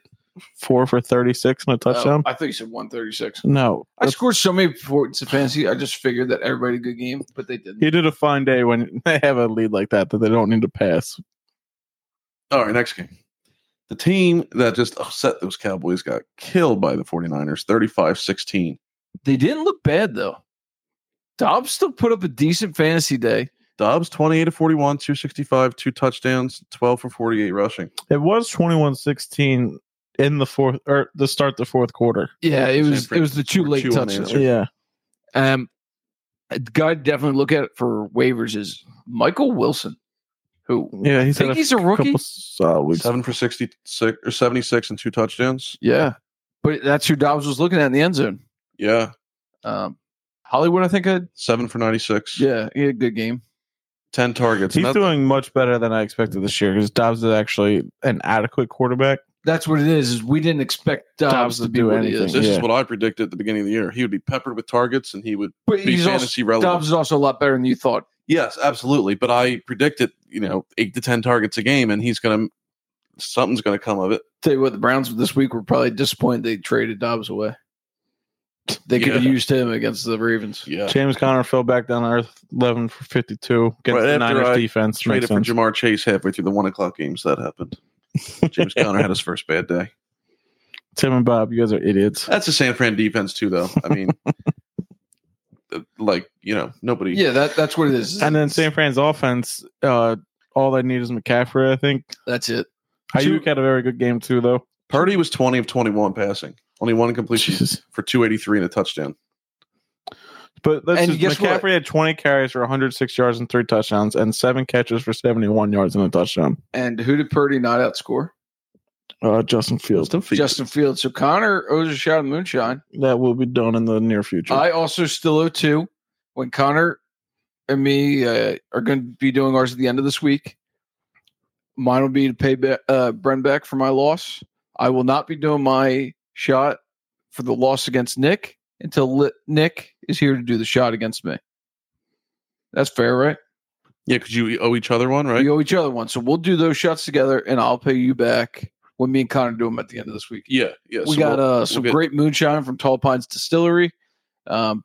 S2: four for thirty-six and a touchdown.
S3: Oh, I thought you said one thirty six.
S2: no,
S3: I scored so many points in fantasy. I just figured that everybody had a good game, but they didn't.
S2: he did a fine day when *laughs* they have a lead like that that they don't need to pass.
S1: All right, next game. The team that just upset those Cowboys got killed by the 49ers 35 16.
S3: They didn't look bad though. Dobbs still put up a decent fantasy day.
S1: Dobbs 28 to 41, 265, two touchdowns, 12 for 48 rushing.
S2: It was 21-16 in the fourth or to start the fourth quarter.
S3: Yeah, it
S1: San
S3: was
S1: Fran-
S3: it was the two
S1: or
S3: late
S1: two
S3: touches.
S1: unanswered.
S2: Yeah,
S3: Um, a guy to definitely look at for waivers is Michael Wilson, who
S2: yeah. He's had
S3: think
S2: a
S3: he's a rookie.
S2: couple solid weeks.
S1: Seven for 66 or 76 and two touchdowns.
S3: Yeah, but that's who Dobbs was looking at in the end zone.
S1: Yeah.
S3: Um, Hollywood, I think. I,
S1: Seven for 96,
S3: yeah, he had a good game.
S1: 10 targets.
S2: He's
S1: And that-
S2: doing much better than I expected this year because Dobbs is actually an adequate quarterback.
S3: That's what it is. Is we didn't expect Dobbs,
S2: Dobbs
S3: to,
S2: to
S3: be
S2: do
S3: what
S2: anything.
S3: he is.
S1: this
S2: yeah.
S1: is what I predicted at the beginning of the year. He would be peppered with targets and he would
S3: But
S1: be
S3: he's also,
S1: fantasy relevant.
S3: Dobbs is also a lot better than you thought.
S1: Yes, absolutely. But I predicted, you know, eight to ten targets a game, and he's gonna something's gonna come of it.
S3: Tell you what, the Browns this week were probably disappointed they traded Dobbs away. They could have
S1: Yeah.
S3: used him against the Ravens.
S1: Yeah,
S2: James Conner fell back down to earth, eleven for fifty-two against
S1: Right
S2: the
S1: after
S2: Niners
S1: I
S2: defense.
S1: traded
S2: Makes
S1: for
S2: sense.
S1: Jamar Chase halfway through the one o'clock games. That happened.
S3: *laughs*
S1: James Conner had his first bad day.
S2: Tim and Bob, you guys are idiots.
S1: That's a San Fran defense too, though. I
S3: *laughs*
S1: mean, uh, like you know, nobody.
S3: Yeah, that that's what it is.
S2: And then San Fran's offense, uh, all they need is McCaffrey. I think
S3: That's it. Two-
S2: Ayuk had a very good game too, though.
S1: Purdy was twenty of twenty-one passing, only one completion
S2: Jesus.
S1: for two eighty-three and a touchdown.
S2: But that's
S3: And
S2: just,
S3: guess what?
S2: McCaffrey had twenty carries for one hundred six yards and three touchdowns, and seven catches for seventy-one yards and a touchdown.
S3: And who did Purdy not outscore?
S2: Uh, Justin Fields.
S1: Justin Fields.
S3: Justin Fields. So Connor owes a shot of moonshine.
S2: That will be done in the near future.
S3: I also still owe two. When Connor and me uh, are going to be doing ours at the end of this week, mine will be to pay Be- uh, Bren Beck for my loss. I will not be doing my shot for the loss against Nick until li- Nick is here to do the shot against me. That's fair, right?
S1: Yeah, because you owe each other one, right?
S3: We owe each other one. So we'll do those shots together and I'll pay you back when me and Connor do them at the end of this week.
S1: yeah, yeah.
S3: we
S1: so
S3: got
S1: we'll-
S3: uh, some
S1: get-
S3: great moonshine from Tall Pines Distillery. Um,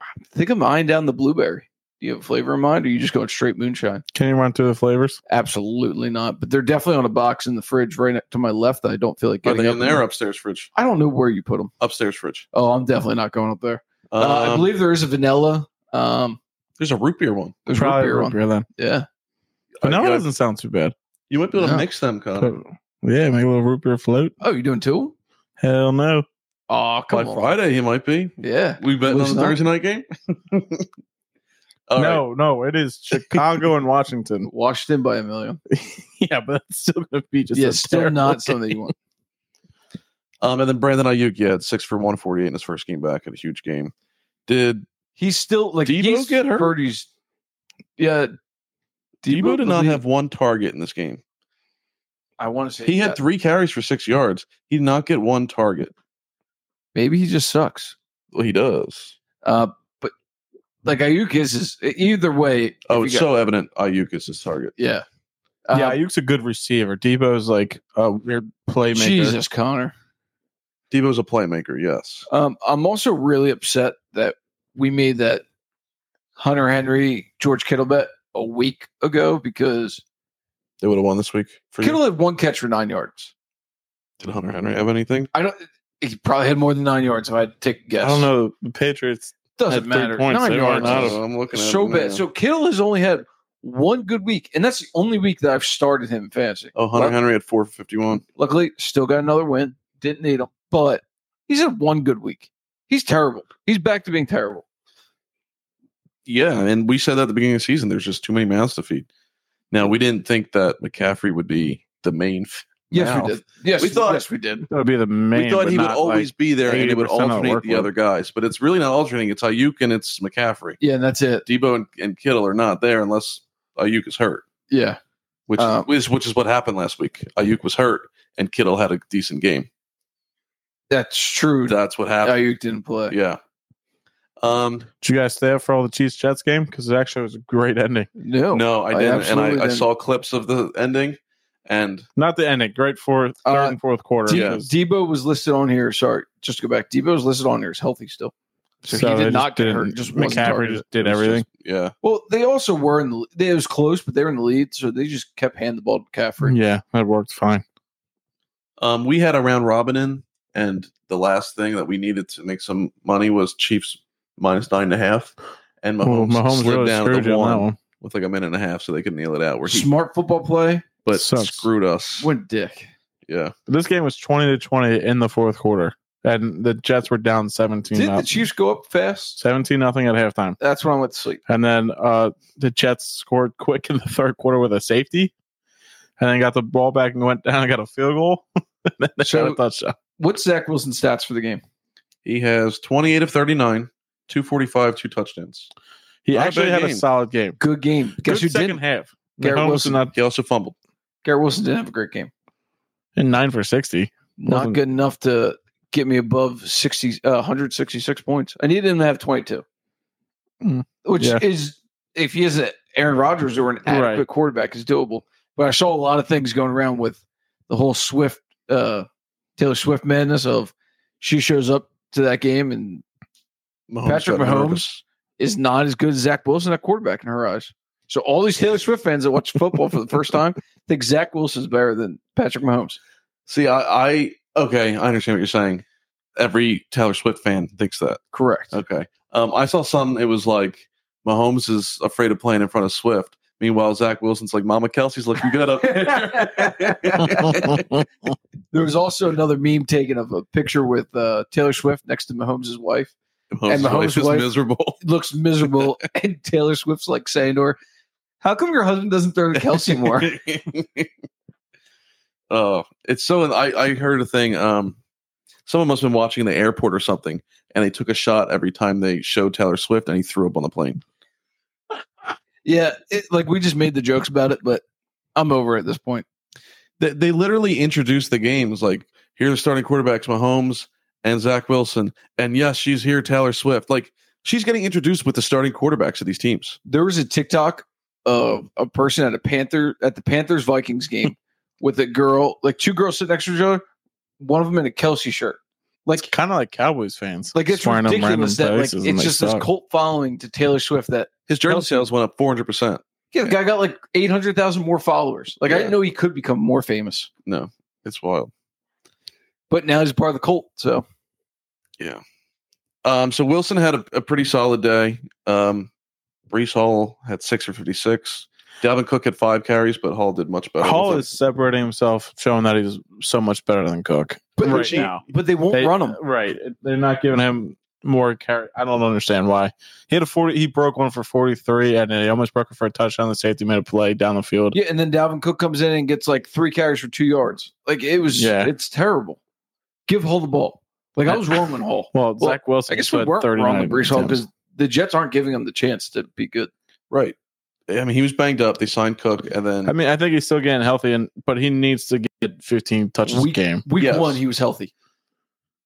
S3: I think I'm eyeing down the blueberry. Do you have a flavor in mind, or are you just going straight moonshine?
S2: Can you run through the flavors?
S3: Absolutely not. But they're definitely on a box in the fridge right next to my left. That I don't feel like
S1: are
S3: getting
S1: they
S3: up
S1: in
S3: and-
S1: there? Upstairs fridge.
S3: I don't know where you put them.
S1: Upstairs fridge.
S3: Oh, I'm definitely not going up there.
S1: Um,
S3: uh, I believe there is a vanilla. Um,
S1: there's a root beer one.
S3: there's root
S2: Probably
S3: beer
S2: root
S3: one.
S2: beer then.
S3: Yeah,
S2: But no,
S1: you,
S2: it
S1: might-
S2: doesn't sound too bad.
S1: you might be able to
S3: No.
S1: mix them, Connor.
S2: But, yeah, make a little root beer float.
S3: Oh, you doing two?
S2: Hell no.
S3: Oh,
S1: By
S3: come on.
S1: Friday, he might be.
S3: Yeah.
S1: We bet on the
S3: Who's not?
S1: Thursday night
S3: *laughs*
S1: game. All right.
S2: no, no, it is Chicago and Washington.
S3: Washington by a million.
S2: *laughs* Yeah, but that's still gonna be just
S3: yeah,
S2: a
S3: still
S1: *laughs*
S2: terrible
S3: not
S2: game.
S3: something you want.
S1: Um, and then Brandon Ayuk, yeah, had six for one forty eight in his first game back at a huge game. Did
S3: He's still like
S1: Debo
S3: he's
S1: get hurt?
S3: Purdy's. Yeah,
S1: Debo did not
S3: believe-
S1: have one target in this game.
S3: I want to say
S1: He had
S3: that.
S1: three carries for six yards. He did not get one target.
S3: Maybe he just sucks.
S1: Well, he does.
S3: Uh, but like Ayuk is, is e, either way.
S1: Oh,
S3: if
S1: it's
S3: you got-
S1: so evident Ayuk is his target.
S3: yeah. Uh,
S2: *laughs* yeah, Ayuk's a good receiver. Debo's like a weird playmaker.
S3: Jesus, Connor.
S1: Debo's a playmaker, yes.
S3: Um, I'm also really upset that we made that Hunter Henry George Kittle bet a week ago because
S1: They would have won this week for you.
S3: Kittle had one catch for nine yards.
S1: Did Hunter Henry have anything?
S3: I don't. He probably had more than nine yards if I had to take a guess.
S2: I don't know. The Patriots
S3: Doesn't
S2: Had three
S3: matter.
S2: points.
S3: Nine
S2: They were
S3: yards.
S2: not
S3: is-
S2: a-
S1: Uh, I'm looking at
S3: so
S1: him
S3: bad.
S1: now.
S3: So Kittle has only had one good week, and that's the only week that I've started him in fantasy.
S1: oh, Hunter
S3: Well,
S1: Henry had four for fifty one.
S3: Luckily, still got another win. Didn't need him, but he's had one good week. He's terrible. He's back to being terrible.
S1: Yeah, and we said that at the beginning of the season. There's just too many mouths to feed. Now we didn't think that McCaffrey would be the main. f-
S3: Yes,
S1: mouth.
S3: we did. Yes,
S1: We thought-
S3: yes, we did.
S2: that would be the main.
S1: we thought
S2: but
S1: he would
S2: not,
S1: always
S2: like-
S1: be there and it would
S2: 80% of the
S1: alternate the
S2: workload.
S1: other guys, but it's really not alternating. It's Ayuk and it's McCaffrey.
S3: Yeah, and that's it.
S1: Debo and, and Kittle are not there unless Ayuk is hurt,
S3: Yeah,
S1: which
S3: Um,
S1: is which is what happened last week. Ayuk was hurt and Kittle had a decent game.
S3: that's true.
S1: That's what happened.
S3: Ayuk didn't play.
S1: yeah. Um.
S2: Did you guys stay up for all the Chiefs Jets game? Because it actually was a great ending.
S3: No,
S1: no, I
S3: I
S1: didn't, and I,
S3: absolutely
S1: I
S3: didn't.
S1: saw clips of the ending, and
S2: Not the ending. Great fourth, third
S3: Uh,
S2: and fourth quarter.
S3: De-
S1: yeah.
S2: because-
S3: Debo was listed on here. Sorry, just to go back. Debo was listed on here. He's healthy still. So, he
S2: they
S3: did
S2: just
S3: not get
S2: didn't-
S3: hurt. Just wasn't
S2: McCaffrey
S3: targeted.
S2: just did
S1: it was
S2: everything.
S1: just- yeah,
S3: Well, they also were in the. They, it was close, but they were in the lead, so they just kept handing the ball to McCaffrey.
S2: yeah, that worked fine.
S1: Um, we had a round robin in, and the last thing that we needed to make some money was Chiefs minus nine and a half, and
S2: Well,
S1: Mahomes,
S2: Mahomes
S1: slid
S2: really
S1: down to
S2: screwed you
S1: the
S2: on that
S1: one
S2: one.
S1: with like a minute and a half, so they could kneel it out. Where he
S3: Smart football play.
S1: but
S2: sucks.
S1: screwed us.
S3: Went dick.
S1: yeah,
S2: This game was twenty to twenty in the fourth quarter, and the Jets were down seventeen.
S3: Did the
S2: nothing.
S3: Chiefs go up fast?
S2: seventeen nothing at halftime,
S3: That's when I went to sleep.
S2: and then uh, the Jets scored quick in the third quarter with a safety, and then got the ball back and went down and got a field goal. *laughs* and then they
S3: So-
S2: got a touchdown.
S3: What's Zach Wilson's stats for the game?
S1: he has twenty eight of thirty nine, two forty five, two touchdowns.
S2: He
S1: Not a
S2: actually
S1: bad
S2: had a
S1: game.
S2: solid game.
S3: Good game. Guess
S2: Good
S3: who
S2: second
S3: didn't?
S2: half.
S3: Garrett
S2: Mahomes
S3: Wilson.
S2: did not
S1: He also fumbled.
S3: Garrett Wilson didn't have a great game.
S2: in nine for sixty.
S3: Not
S2: Wasn't-
S3: good enough to get me above 60, uh, 166 points. I needed him to have 22,
S2: Mm.
S3: which
S2: Yeah.
S3: is, if he is a Aaron Rodgers or an
S2: Right.
S3: adequate quarterback, is doable. But I saw a lot of things going around with the whole Swift, uh, Taylor Swift madness of she shows up to that game and
S1: Mahomes
S3: Patrick
S1: got
S3: Mahomes.
S1: nervous.
S3: is not as good as Zach Wilson at quarterback in her eyes. So all these Taylor Swift fans that watch football for the first time think Zach Wilson's better than Patrick Mahomes.
S1: See, I, I okay, I understand what you're saying. Every Taylor Swift fan thinks that.
S3: Correct.
S1: Okay. Um, I saw some. It was like Mahomes is afraid of playing in front of Swift. Meanwhile, Zach Wilson's like, Mama Kelsey's looking good up
S3: *laughs*
S1: there.
S3: There was also another meme taken of a picture with uh, Taylor Swift next to Mahomes' wife.
S1: Mahomes'
S3: And Mahomes'
S1: wife is
S3: wife-
S1: miserable.
S3: It looks *laughs* miserable, and Taylor Swift's like saying to her, "How come your husband doesn't throw to Kelsey *laughs* more?"
S1: *laughs* oh, it's so. I, I heard a thing. Um, someone must have been watching in the airport or something, and they took a shot every time they showed Taylor Swift, and he threw up on the plane.
S3: yeah, it, like we just made the jokes about it, but I'm over it at this point.
S1: They, they literally introduced the games like here are the starting quarterbacks, Mahomes and Zach Wilson, and yes, she's here, Taylor Swift. Like she's getting introduced with the starting quarterbacks of these teams.
S3: there was a TikTok
S2: Mm-hmm.
S3: of a person at a Panther at the Panthers Vikings
S2: *laughs*
S3: game with a girl, like two girls sitting next to each other, one of them in a Kelsey shirt.
S2: Like kind of like Cowboys fans.
S3: Like it's
S2: Just wearing them
S3: ridiculous that
S2: random
S3: like
S2: places and
S3: it's
S2: they
S3: just
S2: suck.
S3: this cult following to Taylor Swift that
S1: His jersey
S3: Kelsey.
S1: sales went up 400%.
S3: yeah, the guy got like eight hundred thousand more followers. Like I
S1: Yeah.
S3: didn't know he could become more famous,
S1: No, it's wild.
S3: but now he's part of the cult. So
S1: Um, so Wilson had a, a pretty solid day. Um, Brees Hall had six for 56. Dalvin Cook had five carries, but Hall did much better.
S2: Hall
S1: with it.
S2: is separating himself, showing that he's so much better than Cook.
S3: but
S2: Right
S3: they,
S2: now.
S3: but they won't
S2: They-
S3: run him.
S2: Right. They're not giving him more carry. I don't understand why. He had a 40 he broke one for 43 and he almost broke it for a touchdown. The safety made a play down the field.
S3: Yeah, and then Dalvin Cook comes in and gets like three carries for two yards. Like it was,
S2: Yeah.
S3: it's terrible. Give Hall the ball. Like I was wrong on Hall.
S2: Well,
S3: Well,
S2: Zach Wilson
S3: I guess
S2: just
S3: we
S2: had
S3: weren't wrong
S2: 39
S3: with Brees Hall
S2: attempts.
S3: because the Jets aren't giving him the chance to be good.
S1: Right. I mean, he was banged up. They signed Cook, and then
S2: I mean, I think he's still getting healthy, and but he needs to get 15 touches
S3: We-
S2: a game.
S3: Week
S1: Yes.
S3: one, he was healthy.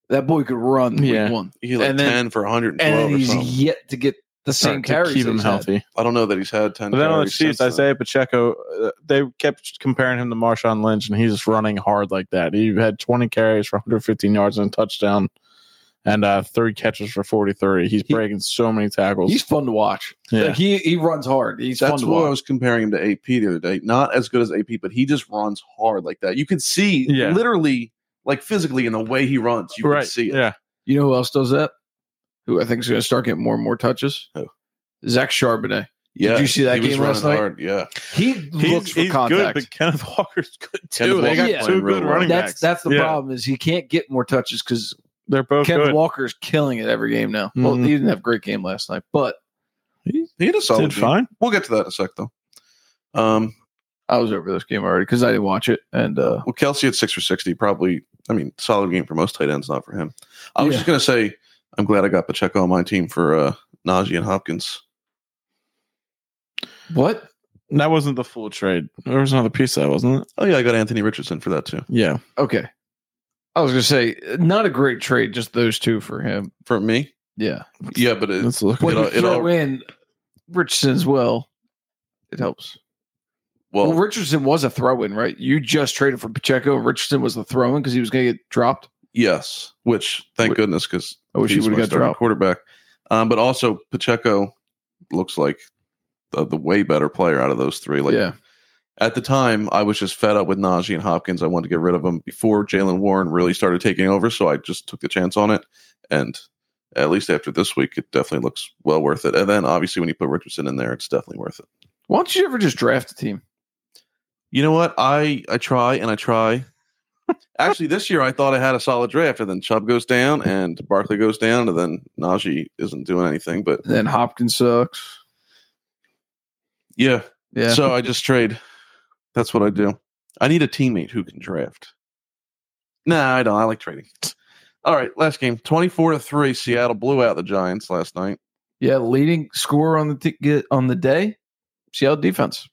S3: That boy could run.
S2: Yeah.
S3: Week one,
S1: he had like
S3: and then-
S1: 10 for 112
S3: and
S1: or
S3: he's
S1: something.
S3: yet to get the same
S2: to
S3: carries.
S2: keep
S3: that
S2: him
S3: he's had.
S2: healthy.
S1: I don't know that he's had 10
S2: But then on the
S1: carries
S2: Chiefs,
S1: since
S2: Isaiah Pacheco, uh, they kept comparing him to Marshawn Lynch, and he's just running hard like that. He had 20 carries for 115 yards and a touchdown, and uh, three catches for 43. He's
S3: He-
S2: breaking so many tackles.
S3: He's fun to watch.
S2: yeah.
S3: Like he he runs hard. He's
S1: That's
S3: fun to
S1: why I
S3: watch.
S1: was comparing him to AP the other day. Not as good as AP, but he just runs hard like that. You can see
S2: Yeah.
S1: literally, like physically, in the way he runs, you
S2: right.
S1: can see it.
S2: Yeah.
S3: You know who else does that? Who I think is going to start getting more and more touches?
S1: Who?
S3: Zach Charbonnet.
S1: Yeah,
S3: Did you see that
S1: he was
S3: game last
S1: running
S3: night?
S1: Hard. Yeah,
S3: He looks for contact.
S2: but Kenneth Walker's good
S1: Kenneth
S2: too. They
S1: Walker's
S2: got
S3: Yeah.
S1: playing
S2: two
S1: real
S2: good
S1: well.
S2: running
S3: that's
S2: backs.
S3: that's the
S2: Yeah.
S3: problem is he can't get more touches because
S2: They're both
S3: Kevin
S2: good.
S3: Walker's killing it every game now. Well,
S2: Mhm.
S3: he didn't have a great game last night, but
S1: he had a solid
S2: Did
S1: game.
S2: fine.
S1: We'll get to that in a sec, though. Um,
S3: I was over this game already because I didn't watch it. And uh,
S1: well, Kelsey at six for sixty, probably. I mean, solid game for most tight ends, not for him. I was
S3: Yeah.
S1: just gonna say, I'm glad I got Pacheco on my team for uh, Najee and Hopkins.
S3: what?
S2: That wasn't the full trade. There was another piece of that wasn't it?
S1: Oh yeah, I got Anthony Richardson for that too.
S2: Yeah.
S3: Okay, I was gonna say not a great trade, just those two for him.
S1: For me,
S3: Yeah,
S1: yeah, but it,
S2: Let's look.
S1: What
S3: when
S1: It all-
S2: At
S3: you
S2: it.
S1: it
S3: throw
S1: all-
S3: in Richardson as well, it helps. Well,
S1: well,
S3: Richardson was a throw-in, right? You just traded for Pacheco. Richardson was the throw-in because he was gonna get dropped.
S1: yes, which thank
S3: Wh-
S1: goodness because
S3: I wish he would've got dropped.
S1: quarterback. Um, but also Pacheco looks like the, the way better player out of those three. Like
S3: yeah,
S1: At the time, I was just fed up with Najee and Hopkins. I wanted to get rid of them before Jalen Warren really started taking over. So I just took the chance on it. And at least after this week, it definitely looks well worth it. And then obviously, when you put Richardson in there, it's definitely worth it.
S3: why don't you ever just draft a team?
S1: You know what? I I try and I try. Actually, this year I thought I had a solid draft, and then Chubb goes down, and Barkley goes down, and then Najee isn't doing anything. But
S3: And then Hopkins sucks.
S1: yeah,
S3: Yeah,
S1: so I just trade. That's what I do. I need a teammate who can draft. Nah, I don't. I like trading. All right, last game, twenty-four to three. Seattle blew out the Giants last night.
S3: yeah, leading scorer on the t- get, on the day. Seattle defense.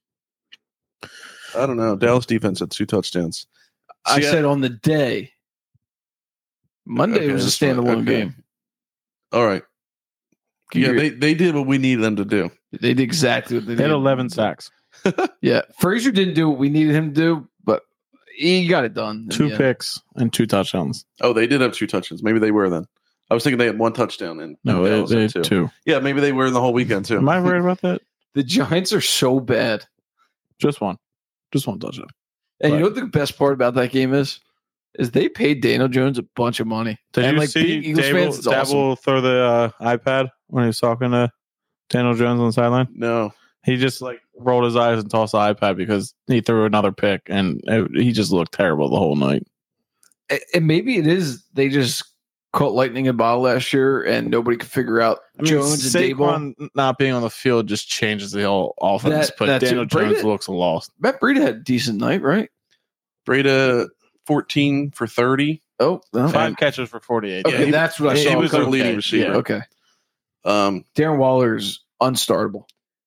S1: I don't know. Dallas defense had two touchdowns.
S3: I
S1: Seattle-
S3: said on the day. Monday
S1: Okay,
S3: was a
S1: that's right.
S3: standalone
S1: Okay.
S3: game.
S1: All right. Yeah, they, they did what we needed them to do.
S3: They did exactly what they
S2: They had
S3: needed.
S2: 11 sacks,
S3: Yeah, Frazier didn't do what we needed him to do, but he got it done. in
S2: two
S3: the end.
S2: picks, and two touchdowns.
S1: Oh, they did have two touchdowns. Maybe they were then. I was thinking they had one touchdown and
S2: No,
S1: Dallas
S2: they, they
S1: had
S2: two.
S1: Yeah, maybe they were in the whole weekend too.
S2: Am I worried about that?
S3: The Giants are so bad.
S2: Just one. Just one touchdown.
S3: And
S2: Right.
S3: you know what the best part about that game is? Is they paid Daniel Jones a bunch of money.
S2: Did
S3: and
S2: you
S3: like
S2: see
S3: being Eagles
S2: Dable,
S3: fans, it's awesome.
S2: Dable throw the uh, iPad when he was talking to Daniel Jones on the sideline?
S1: no.
S2: He just like rolled his eyes and tossed the iPad because he threw another pick, and it, he just looked terrible the whole night.
S3: A- And maybe it is they just caught lightning in a bottle last year and nobody could figure out
S2: I mean,
S3: Jones and Dable.
S2: Saquon not being on the field just changes the whole offense.
S3: That-
S2: but
S3: that's
S2: Daniel
S3: it.
S2: Jones
S3: Brady-
S2: looks lost.
S3: Matt Breida had a decent night, right?
S1: Breda fourteen for thirty.
S3: Oh, no.
S2: Five catches for forty-eight.
S3: Okay,
S1: he-
S3: that's what I
S1: he
S3: saw.
S1: was their
S3: okay.
S1: leading receiver.
S2: Yeah.
S3: okay.
S1: Um
S3: Darren Waller's unstartable.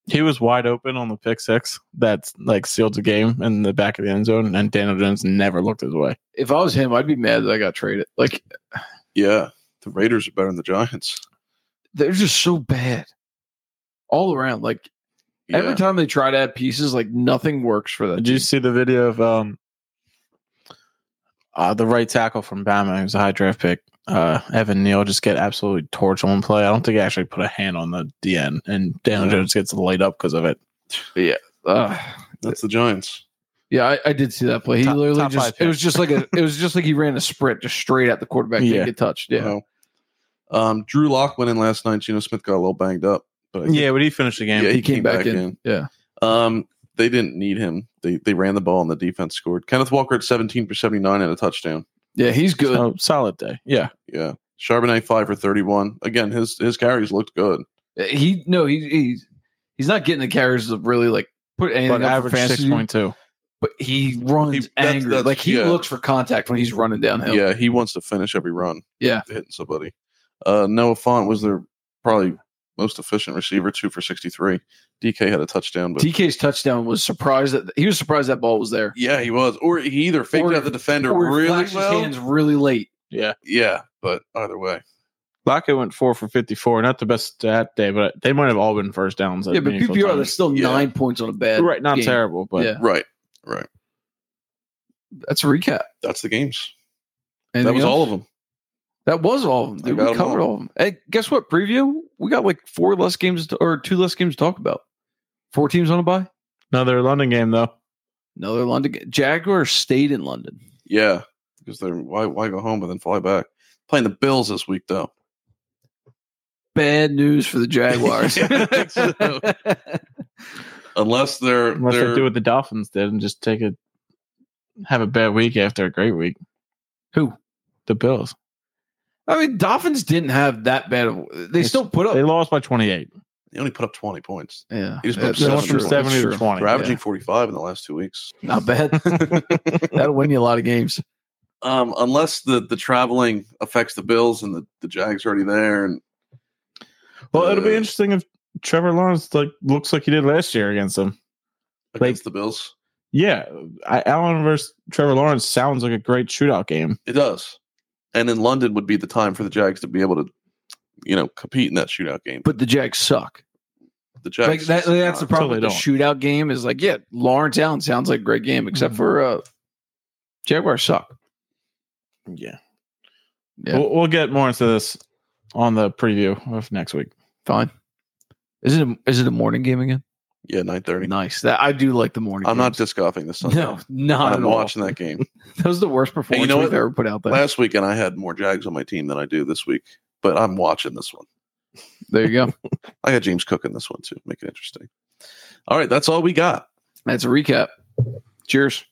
S2: He was wide open on the pick six that like sealed the game in the back of the end zone, and Daniel Jones never looked his way.
S3: If I was him, I'd be mad that I got traded. Like
S1: yeah. The Raiders are better than the Giants.
S3: they're just so bad all around. Like every
S1: Yeah.
S3: time they try to add pieces, like nothing works for that.
S2: Did you
S3: team.
S2: see the video of um uh the right tackle from Bama, who's a high draft pick, uh Evan Neal just get absolutely torched on one play. I don't think he actually put a hand on the DN and Daniel
S1: Yeah.
S2: Jones gets laid up because of it.
S3: Ugh.
S1: That's the Giants.
S3: yeah, I, I did see that play. He
S2: Top-
S3: literally
S2: top five
S3: just
S2: pick.
S3: it was just like a it was just like he ran a sprint just straight at the quarterback.
S2: Yeah.
S3: Didn't get touched. Yeah.
S1: Wow. Um, Drew Lock went in last night. Geno Smith got a little banged up, but I think-
S2: Yeah, but he finished the game.
S1: Yeah,
S3: He, came, back, in. Yeah.
S1: Um, they didn't need him. They they ran the ball and the defense scored. Kenneth Walker at seventeen for seventy nine and a touchdown.
S3: Yeah, he's good.
S2: So, Oh, solid day. Yeah.
S1: Yeah, Charbonnet five for thirty one. Again, his his carries looked good.
S3: He no, he he's he's not getting the carries of really like put anything
S2: But
S3: up
S2: average
S3: for fantasy,
S2: six point two.
S3: but he runs
S1: He- that's-
S3: angry.
S1: that's-
S3: like he
S1: yeah.
S3: looks for contact when he's running downhill.
S1: Yeah, he wants to finish every run.
S3: Yeah.
S1: hitting somebody. Uh, Noah Font was their probably most efficient receiver, two for sixty three. DK had a touchdown, but
S3: TK's touchdown was surprised that he was surprised that ball was there.
S1: yeah, he was. Or he either faked
S3: Or-
S1: out the defender
S3: Or he
S1: really
S3: flashed his
S1: well.
S3: hands really late.
S2: Yeah.
S1: Yeah, but either way,
S2: Lockett went four for fifty four. Not the best stat day, but they might have all been first downs. at
S3: yeah, but
S2: meaningful
S3: PPR
S2: times.
S3: there's still
S1: Yeah.
S3: nine points on a bad.
S2: right, not
S3: game.
S2: terrible, but
S3: Yeah.
S1: right, right.
S3: That's a recap.
S1: That's the games.
S3: Anything
S1: that was
S3: else?
S1: all of them.
S3: That was all of them.
S1: I
S3: Dude.
S1: got
S3: We
S1: them
S3: covered
S1: all.
S3: all of them. Hey, guess what? Preview. We got like four less games to, or two less games to talk about. Four teams on a bye.
S2: another London game though.
S3: Another London. ga- Jaguars stayed in London.
S1: Yeah, because they're why why go home and then fly back? Playing the Bills this week though. *laughs*
S3: Bad news for
S1: *laughs*
S3: the Jaguars.
S1: Yeah, I think so.
S3: *laughs*
S1: Unless they're
S2: Unless
S1: they're
S2: they do what the Dolphins did and just take a have a bad week after a great week.
S3: Who?
S2: The Bills.
S3: I mean, Dolphins didn't have that bad of. They
S2: It's-
S3: still put up.
S2: They lost by twenty eight.
S1: they only put up twenty points.
S3: yeah,
S1: They just put up
S3: That's
S2: They
S1: seven
S2: lost from
S1: points.
S3: true.
S2: seventy
S3: That's
S2: to
S3: true.
S2: twenty.
S1: They're averaging
S3: yeah.
S1: forty five in the last two weeks. *laughs*
S3: Not bad. That'll win you a lot of games.
S1: Um, unless the the traveling affects the Bills and the the Jags are already there and
S2: Well, it'll be
S1: Uh,
S2: interesting if Trevor Lawrence like looks like he did last year against them.
S1: against the Bills.
S2: Yeah, I, Allen versus Trevor Lawrence sounds like a great shootout game.
S1: It does. And in London would be the time for the Jags to be able to, you know, compete in that shootout game.
S3: But the Jags suck.
S1: The Jags
S3: like that, that's the
S1: not.
S3: problem.
S2: Totally
S3: with the shootout game is like, yeah, Lawrence Allen sounds like a great game, except for uh, Jaguars suck.
S2: Yeah,
S3: Yeah.
S2: We'll, we'll get more into this on the preview of next week.
S3: Fine. Is it a, is it a morning game again?
S1: yeah nine thirty.
S3: Nice. That I do like the morning.
S1: I'm not
S3: games.
S1: discoffing *laughs* this Sunday.
S3: No, not
S1: I'm
S3: at all.
S1: watching that
S3: *laughs*
S1: game.
S3: That was the worst performance
S1: know
S3: we've
S1: what?
S3: ever put out there.
S1: Last weekend I had more Jags on my team than I do this week, but I'm watching this one.
S3: There you go.
S1: I got James Cook in this one too. Make it interesting. All right, that's all we got.
S3: That's a recap. Cheers.